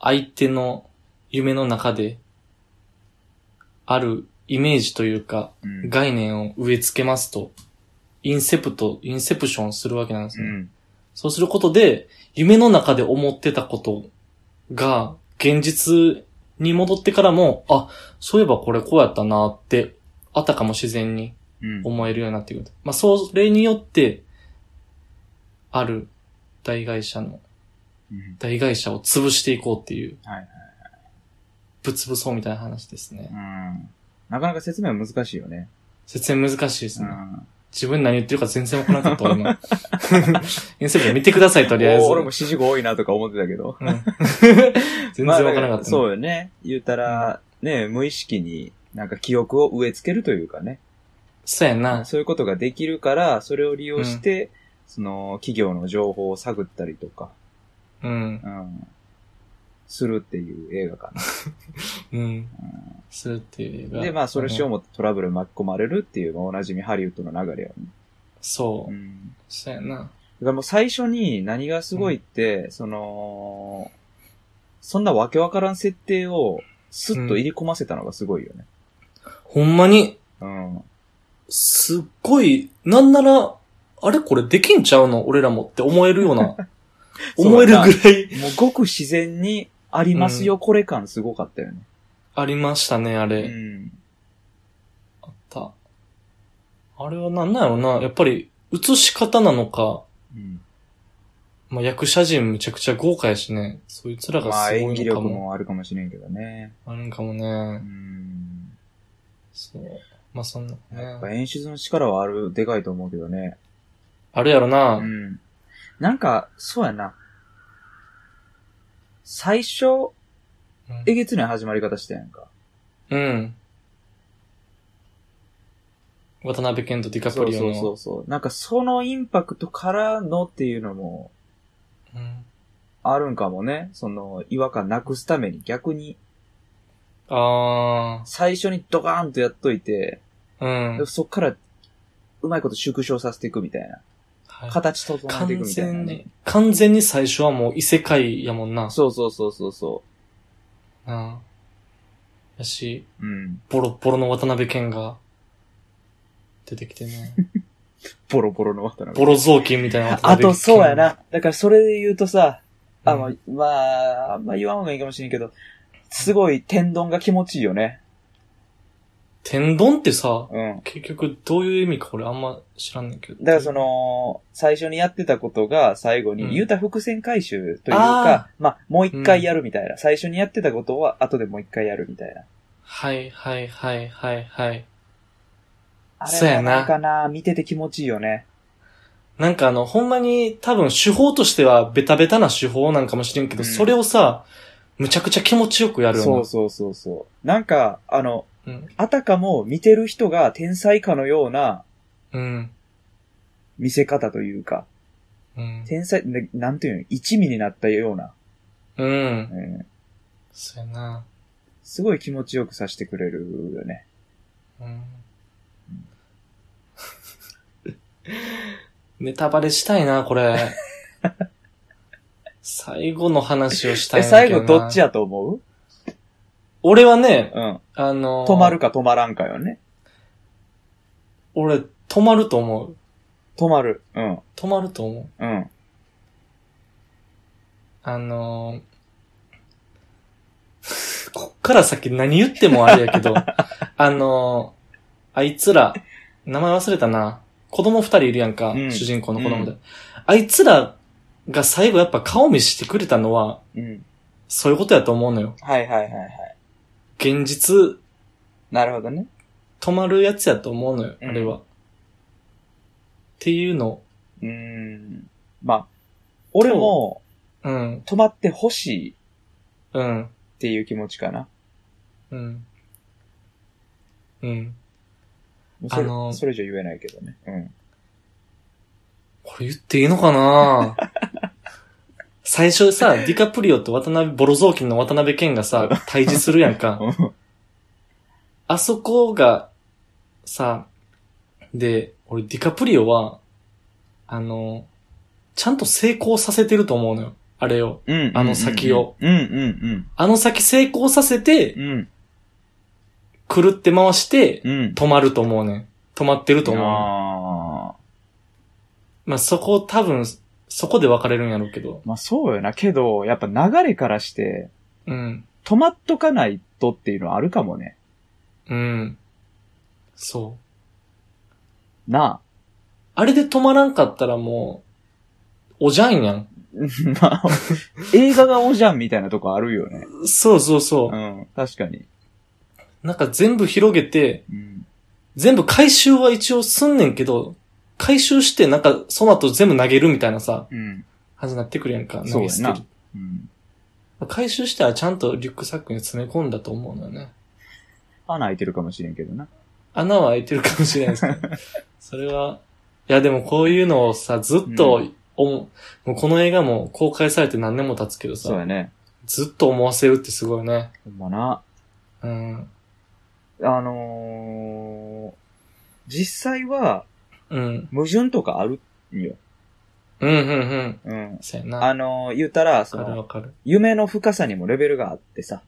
Speaker 2: あ、相手の夢の中で、あるイメージというか、
Speaker 1: うんうん。
Speaker 2: 概念を植え付けますと、インセプト、インセプションするわけなんです
Speaker 1: う
Speaker 2: ね。
Speaker 1: ん。
Speaker 2: そうすることで、夢の中で思ってたことが、現実に戻ってからも、あ、そういえばこれこうやったなって、あたかも自然に
Speaker 1: うん。
Speaker 2: 思えるようになってくる。まあ、それによって、ある大会社の、
Speaker 1: うん
Speaker 2: 大会社を潰していこうっていう。
Speaker 1: はいはいはい
Speaker 2: ぶつぶそうみたいな話ですね。
Speaker 1: うん。なかなか説明は難しいよね。
Speaker 2: 説明難しいです
Speaker 1: う
Speaker 2: ね。
Speaker 1: ん。
Speaker 2: 自分何言ってるか全然わからなかった
Speaker 1: <laughs>
Speaker 2: わ、今。インセプション見てください、とりあえず。
Speaker 1: お俺も指示語多いなとか思ってたけ
Speaker 2: <laughs>
Speaker 1: ど。
Speaker 2: うん全然わから
Speaker 1: ま
Speaker 2: なか
Speaker 1: あ
Speaker 2: った、ね
Speaker 1: そうよね。言うたら、ね、無意識になんか記憶を植え付けるというかね。
Speaker 2: そうやな。
Speaker 1: そういうことができるから、それを利用して、その企業の情報を探ったりとか、
Speaker 2: うん。
Speaker 1: うん、するっていう映画か
Speaker 2: うん。するっていう映画
Speaker 1: な。で、まあ、それしようもってトラブルに巻き込まれるっていう、まあおなじみハリウッドの流れよね。
Speaker 2: そうう。
Speaker 1: ん。
Speaker 2: そうやな。
Speaker 1: だからもう最初に何がすごいって、その、そんなわけわからん設定をスッと入り込ませたのがすごいよね。
Speaker 2: ほんまに、
Speaker 1: うん。
Speaker 2: すっごい、なんなら、あれこれできんちゃうの俺らもって思えるよう <laughs> な、思えるぐらい
Speaker 1: もうごく自然にありますよ、これ感すごかったよね。
Speaker 2: ありましたね、あれ。
Speaker 1: うん。
Speaker 2: あった。あれはなんなんやろな。やっぱり、映し方なのか、
Speaker 1: うん。
Speaker 2: まあ、役者陣むちゃくちゃ豪華やしね。そいつらが
Speaker 1: まあ
Speaker 2: すご
Speaker 1: 演技
Speaker 2: いのか
Speaker 1: 力
Speaker 2: も。
Speaker 1: もあるかもしれんけどね。
Speaker 2: あるんかも
Speaker 1: う
Speaker 2: ね。
Speaker 1: ん。
Speaker 2: そう。まあ、そんな、
Speaker 1: やっぱ
Speaker 2: ね。
Speaker 1: 演出の力はある、でかいと思うけどね。
Speaker 2: あるやろな。
Speaker 1: うん。なんか、そうやな。最初、
Speaker 2: うん
Speaker 1: えげつない始まり方したやんか。
Speaker 2: うん。渡辺謙とディカ
Speaker 1: そ
Speaker 2: プ
Speaker 1: う
Speaker 2: リオ
Speaker 1: そ
Speaker 2: の。
Speaker 1: うそうそう。なんかそのインパクトからのっていうのも
Speaker 2: うん
Speaker 1: あるんかもね。その違和感なくすために逆に
Speaker 2: あ
Speaker 1: 最初にドカーンとやっといて、
Speaker 2: あ。うん。
Speaker 1: でそっから、うまいこと縮小させていくみたいな。
Speaker 2: はい
Speaker 1: 形整えてい
Speaker 2: 完
Speaker 1: くみたいな
Speaker 2: 全
Speaker 1: ね
Speaker 2: に。、完全に最初はもう異世界やもんな。
Speaker 1: そうそうそうそうそ
Speaker 2: うん。やし、
Speaker 1: う。うん。
Speaker 2: ボロッボロの渡辺謙が、出てきて
Speaker 1: <laughs>
Speaker 2: ね。
Speaker 1: ボロボロの渡辺。
Speaker 2: ボロ雑巾みたいな渡
Speaker 1: あ
Speaker 2: 辺謙
Speaker 1: と、そうや。な。だから、それで言うとさ、あの、まあ、あんま言わん方がいいかもしれんけど、すごい天丼が気持ちいいよね。
Speaker 2: 天丼ってさ、
Speaker 1: うん。
Speaker 2: 結局どういう意味か俺あんま知らんねんけ
Speaker 1: だ
Speaker 2: ど。
Speaker 1: からそ、の、最初にやってたことが最後
Speaker 2: うん
Speaker 1: に、言うた伏線回収という
Speaker 2: あ
Speaker 1: か、まあ、もう一回やるみたいな。最初にやってたことは後でもう一回やるみたいな。
Speaker 2: はいはいはいはいはい。
Speaker 1: あ
Speaker 2: そう
Speaker 1: れ
Speaker 2: や
Speaker 1: は
Speaker 2: な
Speaker 1: なんかな、見てて気持ちいいよね。
Speaker 2: なんかあの、ほんまに多分手法としてはベタベタな手法なんかもしれんけど、
Speaker 1: うん
Speaker 2: それをさ、むちゃくちゃ気持ちよくやるよな。
Speaker 1: そうそうそうそう。なんか、あの、
Speaker 2: うん。
Speaker 1: あたかも見てる人が天才かのような
Speaker 2: うん。
Speaker 1: 見せ方というか、
Speaker 2: うん。
Speaker 1: 天才、ななんていうの、一味になったような、
Speaker 2: うん。
Speaker 1: うん
Speaker 2: そうやな。
Speaker 1: すごい気持ちよくさせてくれるよね。
Speaker 2: うん。 <laughs> ネタバレしたいな、これ。
Speaker 1: <laughs>
Speaker 2: 最後の話をしたい
Speaker 1: え、
Speaker 2: んだ
Speaker 1: 最
Speaker 2: けど
Speaker 1: 後
Speaker 2: な
Speaker 1: どっちやと思う
Speaker 2: 俺はね、
Speaker 1: うん。
Speaker 2: あのー
Speaker 1: 止まるか止まらんかよね。
Speaker 2: 俺、止まると思う。
Speaker 1: 止まる。うん。
Speaker 2: 止まると思
Speaker 1: う
Speaker 2: う。
Speaker 1: ん。
Speaker 2: あのーこっから先何言ってもあれや
Speaker 1: <laughs>
Speaker 2: けど、あのーあいつら、名前忘れたな。子供二人いるやんか、
Speaker 1: うん
Speaker 2: 主人公の子供で、
Speaker 1: う
Speaker 2: あいつらが最後やっぱ顔見してくれたのは、
Speaker 1: うん。
Speaker 2: そういうことやと思うのよ。
Speaker 1: はいはいはいはい。
Speaker 2: 現実、
Speaker 1: なるほどね。
Speaker 2: 止まるやつやと思うのよ、
Speaker 1: うん
Speaker 2: あれは。っていうの、
Speaker 1: うーん。まあ、俺も
Speaker 2: うん、
Speaker 1: 止まってほしいっ
Speaker 2: うん、
Speaker 1: ていう気持ちかな。
Speaker 2: うん。うん。
Speaker 1: それ、
Speaker 2: あのー
Speaker 1: それ以上言えないけどね。うん。
Speaker 2: これ言っていいのかな最初さ、ディカプリオと渡辺、ボロ雑巾の渡辺謙がさ、対峙するやんか。あそこが、さ、で、俺ディカプリオは、あの、ちゃんと成功させてると思うのよ。あれを。
Speaker 1: うん
Speaker 2: あの先を。
Speaker 1: うんうん
Speaker 2: あの先成功させ
Speaker 1: う
Speaker 2: て、
Speaker 1: ん。うん。
Speaker 2: くるって回して、
Speaker 1: うん。
Speaker 2: 止まると思うねん。止まってると思うねん。
Speaker 1: あ
Speaker 2: まあ、そこ多分、そこで分かれるんやろうけど。
Speaker 1: ーまあそうよな。けど、やっぱ流れからして、
Speaker 2: うん。
Speaker 1: 止まっとかないとっていうのはあるかもね。
Speaker 2: うん。そう。
Speaker 1: な
Speaker 2: あれで止まらんかったらもう、おじゃんやん。
Speaker 1: あ。 <laughs> まあ、映画がおじゃんみたいなとこあるよね。
Speaker 2: そうそうそうう。
Speaker 1: ん。確かに。
Speaker 2: なんか全部広げて、
Speaker 1: うん。
Speaker 2: 全部回収は一応すんねんけど、回収してなんかその後全部投げるみたいなさ、
Speaker 1: うん。
Speaker 2: 感じになってくるやんか。
Speaker 1: そうやな
Speaker 2: 投げ捨て
Speaker 1: うん。
Speaker 2: る回収したらちゃんとリュックサックに詰め込んだと思うのよね。
Speaker 1: 穴開いてるかもしれんけどな。
Speaker 2: 穴は開いてるかもしれないですけど。
Speaker 1: <laughs>
Speaker 2: それは、いやでもこういうのをさ、ずっと、おももうこの映画も公開されて何年も経つけど
Speaker 1: そう
Speaker 2: さ、
Speaker 1: やね。
Speaker 2: ずっと思わせるってすごいね。
Speaker 1: ほんまな。
Speaker 2: うん。
Speaker 1: あのー、実際は、
Speaker 2: うん。
Speaker 1: 矛盾とかあるんよ。
Speaker 2: うん、うん、う
Speaker 1: う
Speaker 2: ん。
Speaker 1: ん。
Speaker 2: そうやな。
Speaker 1: あのー、言うたら、そ
Speaker 2: わかる
Speaker 1: の、
Speaker 2: わかる。
Speaker 1: 夢の深さにもレベルがあってさ、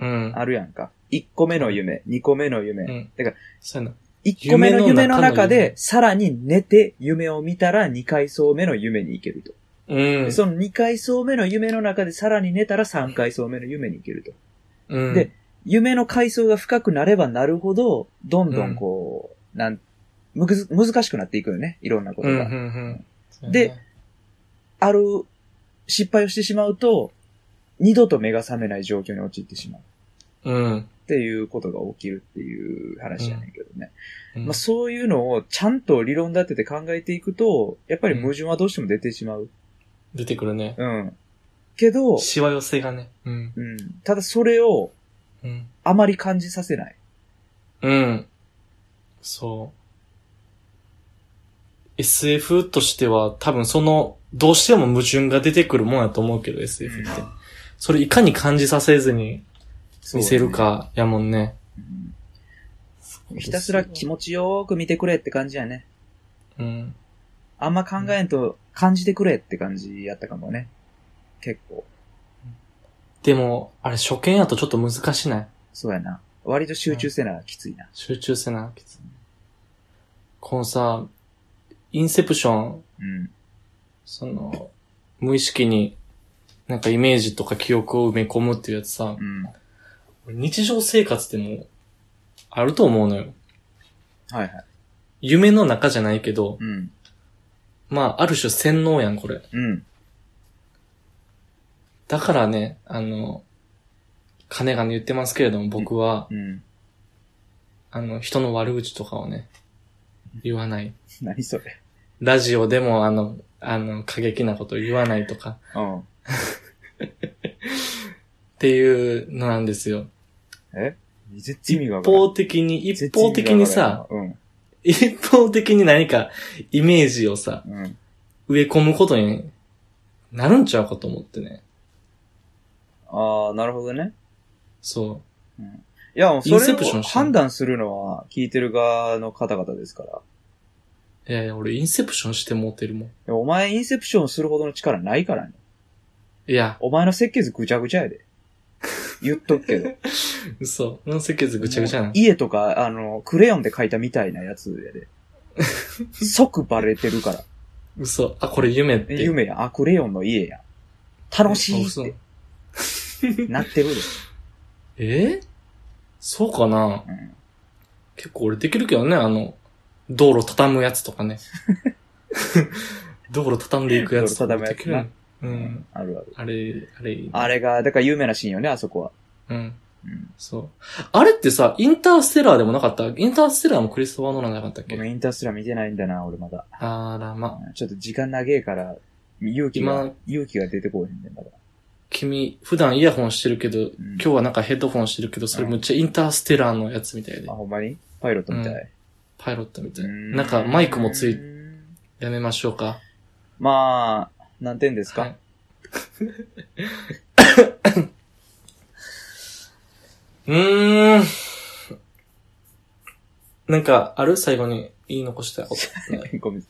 Speaker 2: うん。
Speaker 1: あるやんか。1個目の夢、2個目の夢。
Speaker 2: うん。
Speaker 1: だから
Speaker 2: そうやな。
Speaker 1: 1個目の夢
Speaker 2: 夢
Speaker 1: の
Speaker 2: の中の夢
Speaker 1: 中で、さらに寝て夢を見たら2階層目の夢に行けると。
Speaker 2: うん。
Speaker 1: でその2階層目の夢の中でさらに寝たら3階層目の夢に行けると。
Speaker 2: うん、
Speaker 1: で、夢の階層が深くなればなるほど、どんどんこう、なん、むくず難しくなっていくよね。いろんなこ
Speaker 2: う
Speaker 1: と
Speaker 2: ん、うん、
Speaker 1: が。
Speaker 2: うんそうやな。
Speaker 1: である、失敗をしてしまうと、二度と目が覚めない状況に陥ってしまう。
Speaker 2: うん。
Speaker 1: っていうことが起きるっていう話やねんけどね。
Speaker 2: うん
Speaker 1: まあ、そういうのをちゃんと理論立てて考えていくと、やっぱり矛盾はどうしても出てしまう。
Speaker 2: 出てくるね。
Speaker 1: うん。けど、
Speaker 2: しわ寄せがね。うん。
Speaker 1: うん。ただそれを
Speaker 2: うん。
Speaker 1: あまり感じさせない。
Speaker 2: うん。そう。SF としては多分その、どうしても矛盾が出てくるもんやと思うけど、SF って。それいかに感じさせずに
Speaker 1: そう
Speaker 2: 見
Speaker 1: だね
Speaker 2: せる。か、やもんね。
Speaker 1: うんひたすら気持ちよーく見てくれって感じやね。
Speaker 2: うん。
Speaker 1: あんま考えんと感じてくれって感じやったかもね。結構。
Speaker 2: でも、あれ初見やとちょっと難しない。
Speaker 1: そうやな。割と集中せな、きついな。
Speaker 2: 集中せな。このさ、インセプション、
Speaker 1: うん。
Speaker 2: その、無意識になんかイメージとか記憶を埋め込むっていうやつさ
Speaker 1: う、ん。
Speaker 2: 日常生活でもあると思うのよ。
Speaker 1: はいはい。
Speaker 2: 夢の中じゃないけど、
Speaker 1: うん。
Speaker 2: まあ、ある種洗脳やん、これ。
Speaker 1: うん。
Speaker 2: だからね、あの、金がね言ってますけれども、僕は、
Speaker 1: うん。 <laughs>
Speaker 2: あの、人の悪口とかをね、言わない。
Speaker 1: 何それ。
Speaker 2: ラジオでも、あの、あの、過激なこと言わないとか、
Speaker 1: うん。
Speaker 2: っていうのなんですよ。
Speaker 1: え絶対意味
Speaker 2: 一
Speaker 1: がわからん
Speaker 2: 方的に、一方的にさ、、
Speaker 1: 絶対意味
Speaker 2: 一方的に何かイメージをさ、
Speaker 1: がわからんなうん。うん。
Speaker 2: 植え込むことになるんちゃうかと思ってね。
Speaker 1: ああ、なるほどね。
Speaker 2: そ
Speaker 1: いや、もうそ
Speaker 2: インセプシ
Speaker 1: れ
Speaker 2: ョ
Speaker 1: を
Speaker 2: ンしてんの。
Speaker 1: 判断するのは聞いてる側の方々ですから。いう
Speaker 2: いやいや、俺インセプションして持ってるもん。
Speaker 1: やお前インセプションするほどの力ないからね。
Speaker 2: いや、
Speaker 1: お前の設計図ぐちゃぐちゃ
Speaker 2: <laughs>
Speaker 1: やで。言っとくけど。
Speaker 2: 嘘。の設計図ぐちゃぐちゃな
Speaker 1: もう。家とか、あの、クレヨンで描いたみたいなやつや
Speaker 2: <laughs>
Speaker 1: で。即バレてるから。
Speaker 2: 嘘。あ、これ夢って。
Speaker 1: 夢やん。あ、クレヨンの家やん。楽しい
Speaker 2: 嘘
Speaker 1: ってなってるで。
Speaker 2: えそうかな
Speaker 1: うん
Speaker 2: 結構俺できるけどね、あの、道路畳むやつと
Speaker 1: <laughs>
Speaker 2: かね。 <laughs> 道路畳んでいくやつとか
Speaker 1: 道路畳むやつな
Speaker 2: できるのうん。
Speaker 1: あるある。
Speaker 2: あれ、あれいいね、
Speaker 1: あれが、だから有名なシーンよね、あそこは。
Speaker 2: うん。
Speaker 1: うん。
Speaker 2: そう。あれってさ、インターステラーでもなかったインターステラーもクリストファー・ノランじゃなかったっ
Speaker 1: ご
Speaker 2: け
Speaker 1: めん、インターステラー見てないんだな、俺まだ。
Speaker 2: あら、ま、
Speaker 1: ちょっと時間長えから、勇気が
Speaker 2: 今、
Speaker 1: 勇気が出てこうへんねんだから。
Speaker 2: 君、普段イヤホンしてるけど、今日はなんかヘッドホンしてるけど、それむっちゃインターステラーのやつみたいで
Speaker 1: あ、。ほんまにパイロットみたい。
Speaker 2: パイロットみたい。
Speaker 1: うん
Speaker 2: なんかマイクもつい、。やめましょうか。
Speaker 1: まあ、何点ですか、
Speaker 2: はいうーん。なんか、ある最後に言い残したこと。
Speaker 1: <laughs> ごめん。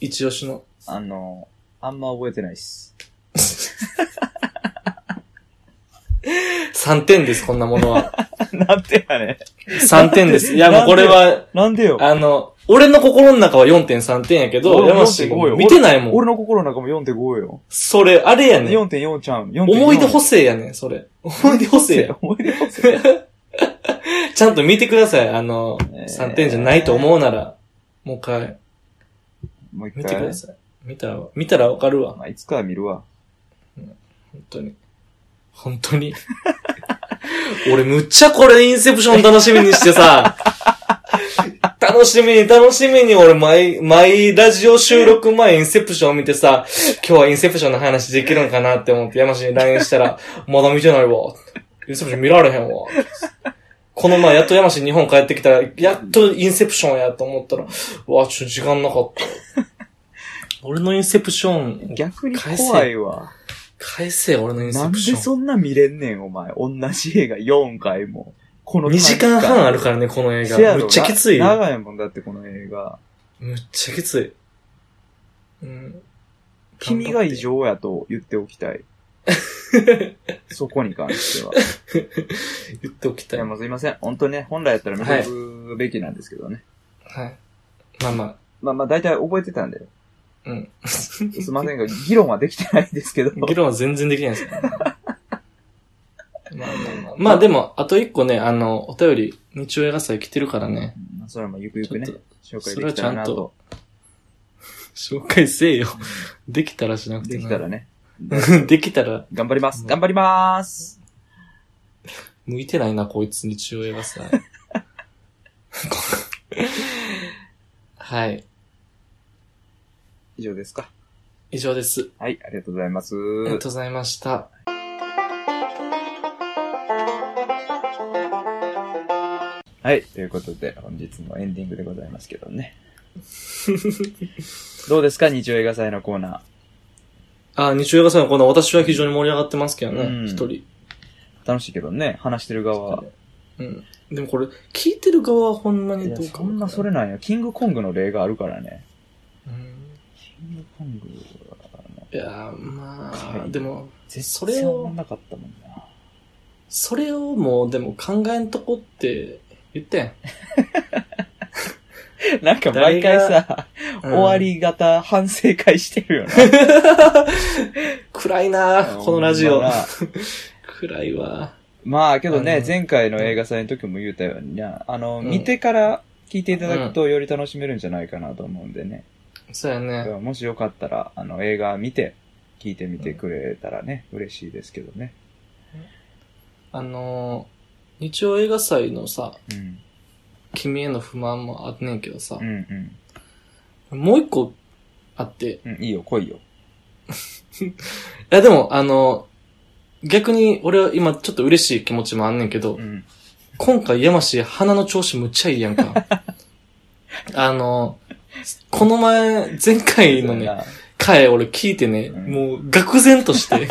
Speaker 2: 一押しの。
Speaker 1: あの、あんま覚えてないっす。
Speaker 2: <laughs> 3点です、こんなもの
Speaker 1: <laughs>
Speaker 2: は。
Speaker 1: <laughs> なんてやね
Speaker 2: 3点です。いや、もうこれは、
Speaker 1: ん。なんでよ。
Speaker 2: あの、俺の心の中は4.3点やけど、
Speaker 1: 俺も
Speaker 2: 山氏
Speaker 1: 4.5よ
Speaker 2: 見てないもん。
Speaker 1: 俺の心の中も4.5よ。
Speaker 2: それ、あれやねん。
Speaker 1: 4.4ちゃん。4.4
Speaker 2: 思い出補正やねん、それ。思い出補正や。
Speaker 1: 思い出補正。
Speaker 2: ちゃんと見てください。あの、
Speaker 1: えー
Speaker 2: 3点じゃないと思うなら、もう一回、
Speaker 1: もう一
Speaker 2: <laughs> 見てく
Speaker 1: 回
Speaker 2: だ。さい。見たら、見たらわかるわ。
Speaker 1: まあ、いつかは見るわ。
Speaker 2: 本当に。本当に。 <laughs> 俺むっちゃこれインセプション楽しみにしてさ、楽しみに楽しみに俺毎、毎ラジオ収録前インセプション見てさ、今日はインセプションの話できるのかなって思って山氏に LINE したら、まだ見てないわ。インセプション見られへんわ。この前やっと山氏日本帰ってきたら、やっとインセプションやと思ったら、うわ、ちょっと時間なかった。俺のインセプション、
Speaker 1: 逆に
Speaker 2: 返せ
Speaker 1: 怖いわ。
Speaker 2: 返せ俺のインセ
Speaker 1: なん
Speaker 2: プ
Speaker 1: で
Speaker 2: ション。
Speaker 1: そんな見れんねん、お前。同じ映画4回も。この
Speaker 2: 2時間半ある
Speaker 1: か
Speaker 2: からね、この映
Speaker 1: せや
Speaker 2: 画。
Speaker 1: ろ
Speaker 2: むっちゃきつい。
Speaker 1: な長いもんだって、この映画。
Speaker 2: むっちゃきつい。うん。
Speaker 1: 君が異常やと言っておきたい。そこに関
Speaker 2: <laughs>
Speaker 1: しては。
Speaker 2: 言っておきた
Speaker 1: い
Speaker 2: い。
Speaker 1: や、
Speaker 2: は
Speaker 1: もうすいません。本当ね、本来やったら見とくべきなんですけどね。
Speaker 2: い。まあま
Speaker 1: まあまあ、大体覚えてたんで、
Speaker 2: あ、うん。 <laughs>
Speaker 1: すいませんが、議論はできてないんですけど。
Speaker 2: 議論は全然できないで
Speaker 1: <laughs>
Speaker 2: すから。まあまあまあ。まあでも、あと一個ね、あの、お便り、日曜映画祭来てるからね、
Speaker 1: うんまあそれはもうゆくゆくね
Speaker 2: ちょっ、
Speaker 1: 紹介できたらな
Speaker 2: それは
Speaker 1: と。
Speaker 2: 紹介せえよ。 <laughs> できたらしなくて
Speaker 1: で
Speaker 2: な
Speaker 1: きたら。ね。
Speaker 2: <laughs> できたら、
Speaker 1: 頑張ります。
Speaker 2: うん
Speaker 1: 頑張ります。
Speaker 2: 向いてないな、こいつ、日曜映画 <laughs> 祭。はい。
Speaker 1: 以上ですか。
Speaker 2: 以上です。
Speaker 1: はい、ありがとうございます。
Speaker 2: ありがとうございました。
Speaker 1: はい、ということで、本日もエンディングでございますけどね。 <laughs> どうですか日曜映画祭のコーナ
Speaker 2: あ、日曜映画祭のこの私は非常に盛り上がってますけど
Speaker 1: うん
Speaker 2: ね、一、人。
Speaker 1: 楽しいけどね、話してる側は。
Speaker 2: うん。でもこれ、聞いてる側はほんまに
Speaker 1: いや
Speaker 2: どうか
Speaker 1: そんなそれなんや。キングコングの例があるからね。
Speaker 2: うん
Speaker 1: キングコングはね、
Speaker 2: いやー、まあ、
Speaker 1: はい
Speaker 2: でも、
Speaker 1: 絶
Speaker 2: そ
Speaker 1: 対
Speaker 2: れを
Speaker 1: なかったもんな。
Speaker 2: それをもう、でも考えんとこって言ってん。
Speaker 1: なんか毎回さ、
Speaker 2: うん
Speaker 1: 終わ。り型反省会してるよな。
Speaker 2: <laughs> 暗いな <laughs> このラジオ
Speaker 1: ほんま。な
Speaker 2: 暗いわ。
Speaker 1: まあけど
Speaker 2: あ
Speaker 1: ね
Speaker 2: の、
Speaker 1: 前回の映画祭の時も言うたようにな、あの、
Speaker 2: うん
Speaker 1: 見てから聞いていただくとより楽しめるんじゃないかなと思うんでね。
Speaker 2: そうやね。
Speaker 1: もしよかったら、あの、映画見て、聞いてみてくれたらね、嬉しいですけどね。
Speaker 2: あのー、日曜映画祭のさ、
Speaker 1: うん。
Speaker 2: 君への不満もあんねんけどさ
Speaker 1: う、ん
Speaker 2: もう一個あって、い
Speaker 1: うん。うん、いいよ、来いよ。
Speaker 2: やでも、あのー、逆に俺は今ちょっと嬉しい気持ちもあんねんけど、
Speaker 1: うん。
Speaker 2: 今回山氏鼻の調子むっちゃいいやんか。 <laughs> あのー、この前、前回のね、回俺聞いてね、
Speaker 1: うん
Speaker 2: もう愕然と
Speaker 1: <laughs>
Speaker 2: して。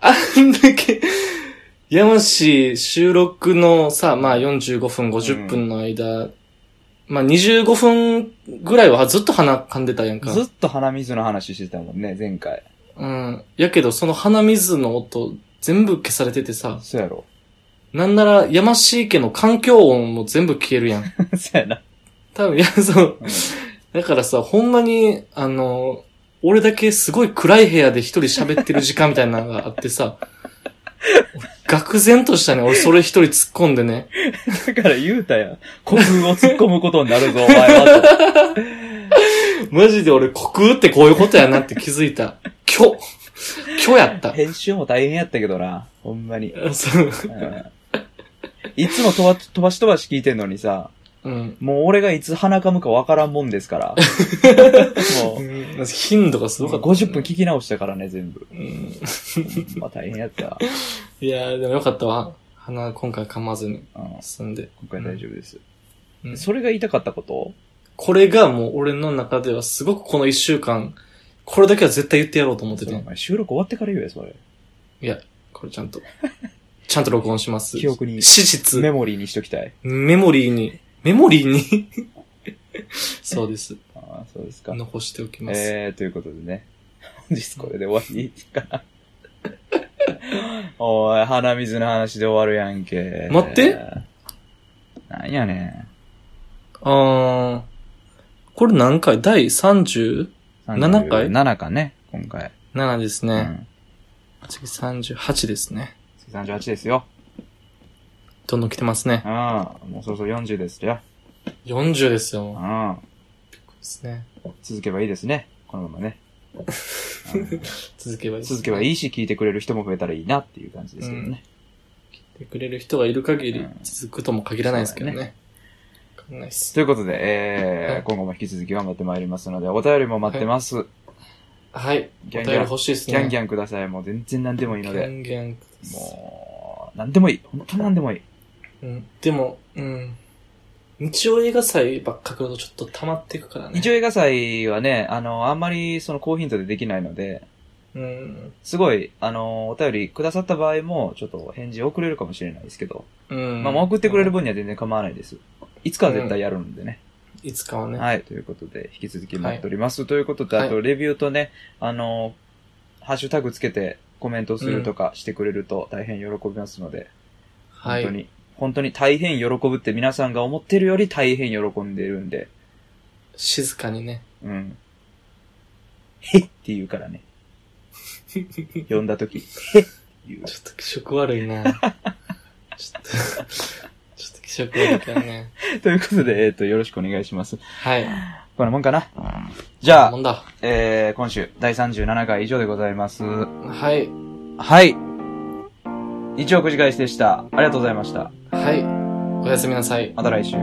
Speaker 2: あんだけ、山氏収録のさ、まあ45分、50分の間、まあ25分ぐらいはずっと鼻噛んでたやんか。
Speaker 1: ずっと鼻水の話してたもんね、前回。
Speaker 2: うん。やけどその鼻水の音全部消されててさ、
Speaker 1: そう <laughs> やろ。
Speaker 2: なんなら山氏家の環境音も全部消えるやん。 <laughs>
Speaker 1: そうやな。
Speaker 2: 多分、いや、そう。
Speaker 1: うん
Speaker 2: だからさ、ほんまに、あの、俺だけすごい暗い部屋で一人喋ってる時間みたいなのがあってさ、 <laughs> 俺愕然としたね。俺それ一人突っ込んでね。
Speaker 1: だから言うたやん。古風を突っ込むことになる <laughs> ぞ、お前は。
Speaker 2: マジで俺、虚空ってこういうことやなって気づいた。虚虚やっ
Speaker 1: と
Speaker 2: た。
Speaker 1: 編集も大変やったけどな、ほんまに。
Speaker 2: <laughs> そう。
Speaker 1: うんいつも飛ば飛ばし飛ばし聞いてんのにさ、
Speaker 2: うん。
Speaker 1: もう俺がいつ鼻かむかわからんもんです <laughs> から。もう、
Speaker 2: 頻度がすごかった、
Speaker 1: 50分聞き直したからね、全部。
Speaker 2: うん。
Speaker 1: まあ大変やった。
Speaker 2: いやーでもよかったわ。鼻今回噛まずに
Speaker 1: うん、今
Speaker 2: 進んで。
Speaker 1: 回大丈夫です。
Speaker 2: うん
Speaker 1: それが言いたかったこと
Speaker 2: これがもう俺の中ではすごくこの一週間、これだけは絶対言ってやろうと思って
Speaker 1: それ
Speaker 2: て
Speaker 1: お。前収録終わってから言うよ、それ。
Speaker 2: いや、これちゃんと。ちゃんと録音しま
Speaker 1: <laughs>
Speaker 2: す。
Speaker 1: 記憶に
Speaker 2: 史実。
Speaker 1: メモリーにしときたい。
Speaker 2: メモリーに。メモリー
Speaker 1: <laughs>
Speaker 2: にそうです。
Speaker 1: ああ、そうですか。
Speaker 2: 残しておきます。
Speaker 1: えー、ということでね。本日これで終わりかな。 <laughs> おい、鼻水の話で終わるやんけ。
Speaker 2: 待って
Speaker 1: なんやね
Speaker 2: あー。これ何回第37
Speaker 1: ん。
Speaker 2: 7回
Speaker 1: ?7 回ね、今回。
Speaker 2: です
Speaker 1: う
Speaker 2: ね。
Speaker 1: ん。
Speaker 2: 次38ですね。
Speaker 1: 次38ですよ。
Speaker 2: どんどん来てますね
Speaker 1: う。ん。もうそろそろ40ですよ。
Speaker 2: 40ですよ。
Speaker 1: う
Speaker 2: も
Speaker 1: ん。
Speaker 2: うですね。
Speaker 1: 続けばいいですね。このままね。うん
Speaker 2: 続けばいいですね、
Speaker 1: 続けばいいし、聞いてくれる人も増えたらいいなっていう感じですけどね。
Speaker 2: ってくれる人がいる限り
Speaker 1: うん
Speaker 2: 続くとも限らないですけどね。
Speaker 1: そうだ
Speaker 2: わかんないっす。
Speaker 1: ということで、え
Speaker 2: は
Speaker 1: ー
Speaker 2: い
Speaker 1: 今後も引き続き頑張ってまいりますので、お便りも待ってます。
Speaker 2: はい。お
Speaker 1: ギャ
Speaker 2: 便
Speaker 1: ン
Speaker 2: り
Speaker 1: ギャン
Speaker 2: 欲しいです
Speaker 1: ギ
Speaker 2: ね。
Speaker 1: ャンギャンください。もう全然何でもいいので。
Speaker 2: ギャンギャンください
Speaker 1: もう、なんでもいい。本当なんでもいい。
Speaker 2: うん、でも、うん。日曜映画祭ばっか来るとちょっと溜まっていくからね。
Speaker 1: 一応映画祭はね、あの、あんまりその高頻度でできないので、
Speaker 2: うん。
Speaker 1: すごい、あの、お便りくださった場合も、ちょっと返事遅れるかもしれないですけど、
Speaker 2: うん。
Speaker 1: まあ、送ってくれる分には全然構わないです。いつかは絶対やるんでね。
Speaker 2: いつかはね。
Speaker 1: はい。ということで、引き続き待っております。ということで、
Speaker 2: はい
Speaker 1: あと、レビューとね、あの、ハッシュタグつけてコメントするとかしてくれると大変喜びますので、
Speaker 2: は
Speaker 1: 本当
Speaker 2: い。
Speaker 1: に、本当に大変喜ぶって皆さんが思ってるより大変喜んでるんで、
Speaker 2: 静か
Speaker 1: <laughs>
Speaker 2: にね。
Speaker 1: うん。へっって言うからね。呼んだ時、へっって言う。
Speaker 2: ちょっと気色悪いなちょっと、ちょっと気色悪いからね。
Speaker 1: <laughs> ということで、えっ、と、よろしくお願いします。
Speaker 2: はい。
Speaker 1: こんなもんかな。じゃ
Speaker 2: も
Speaker 1: あ、
Speaker 2: んだ。
Speaker 1: えー、今週、第37回以上でございます。
Speaker 2: はい。
Speaker 1: はい。一応くじ返しでした。ありがとうございました。
Speaker 2: はい。おやすみなさい。
Speaker 1: また来週。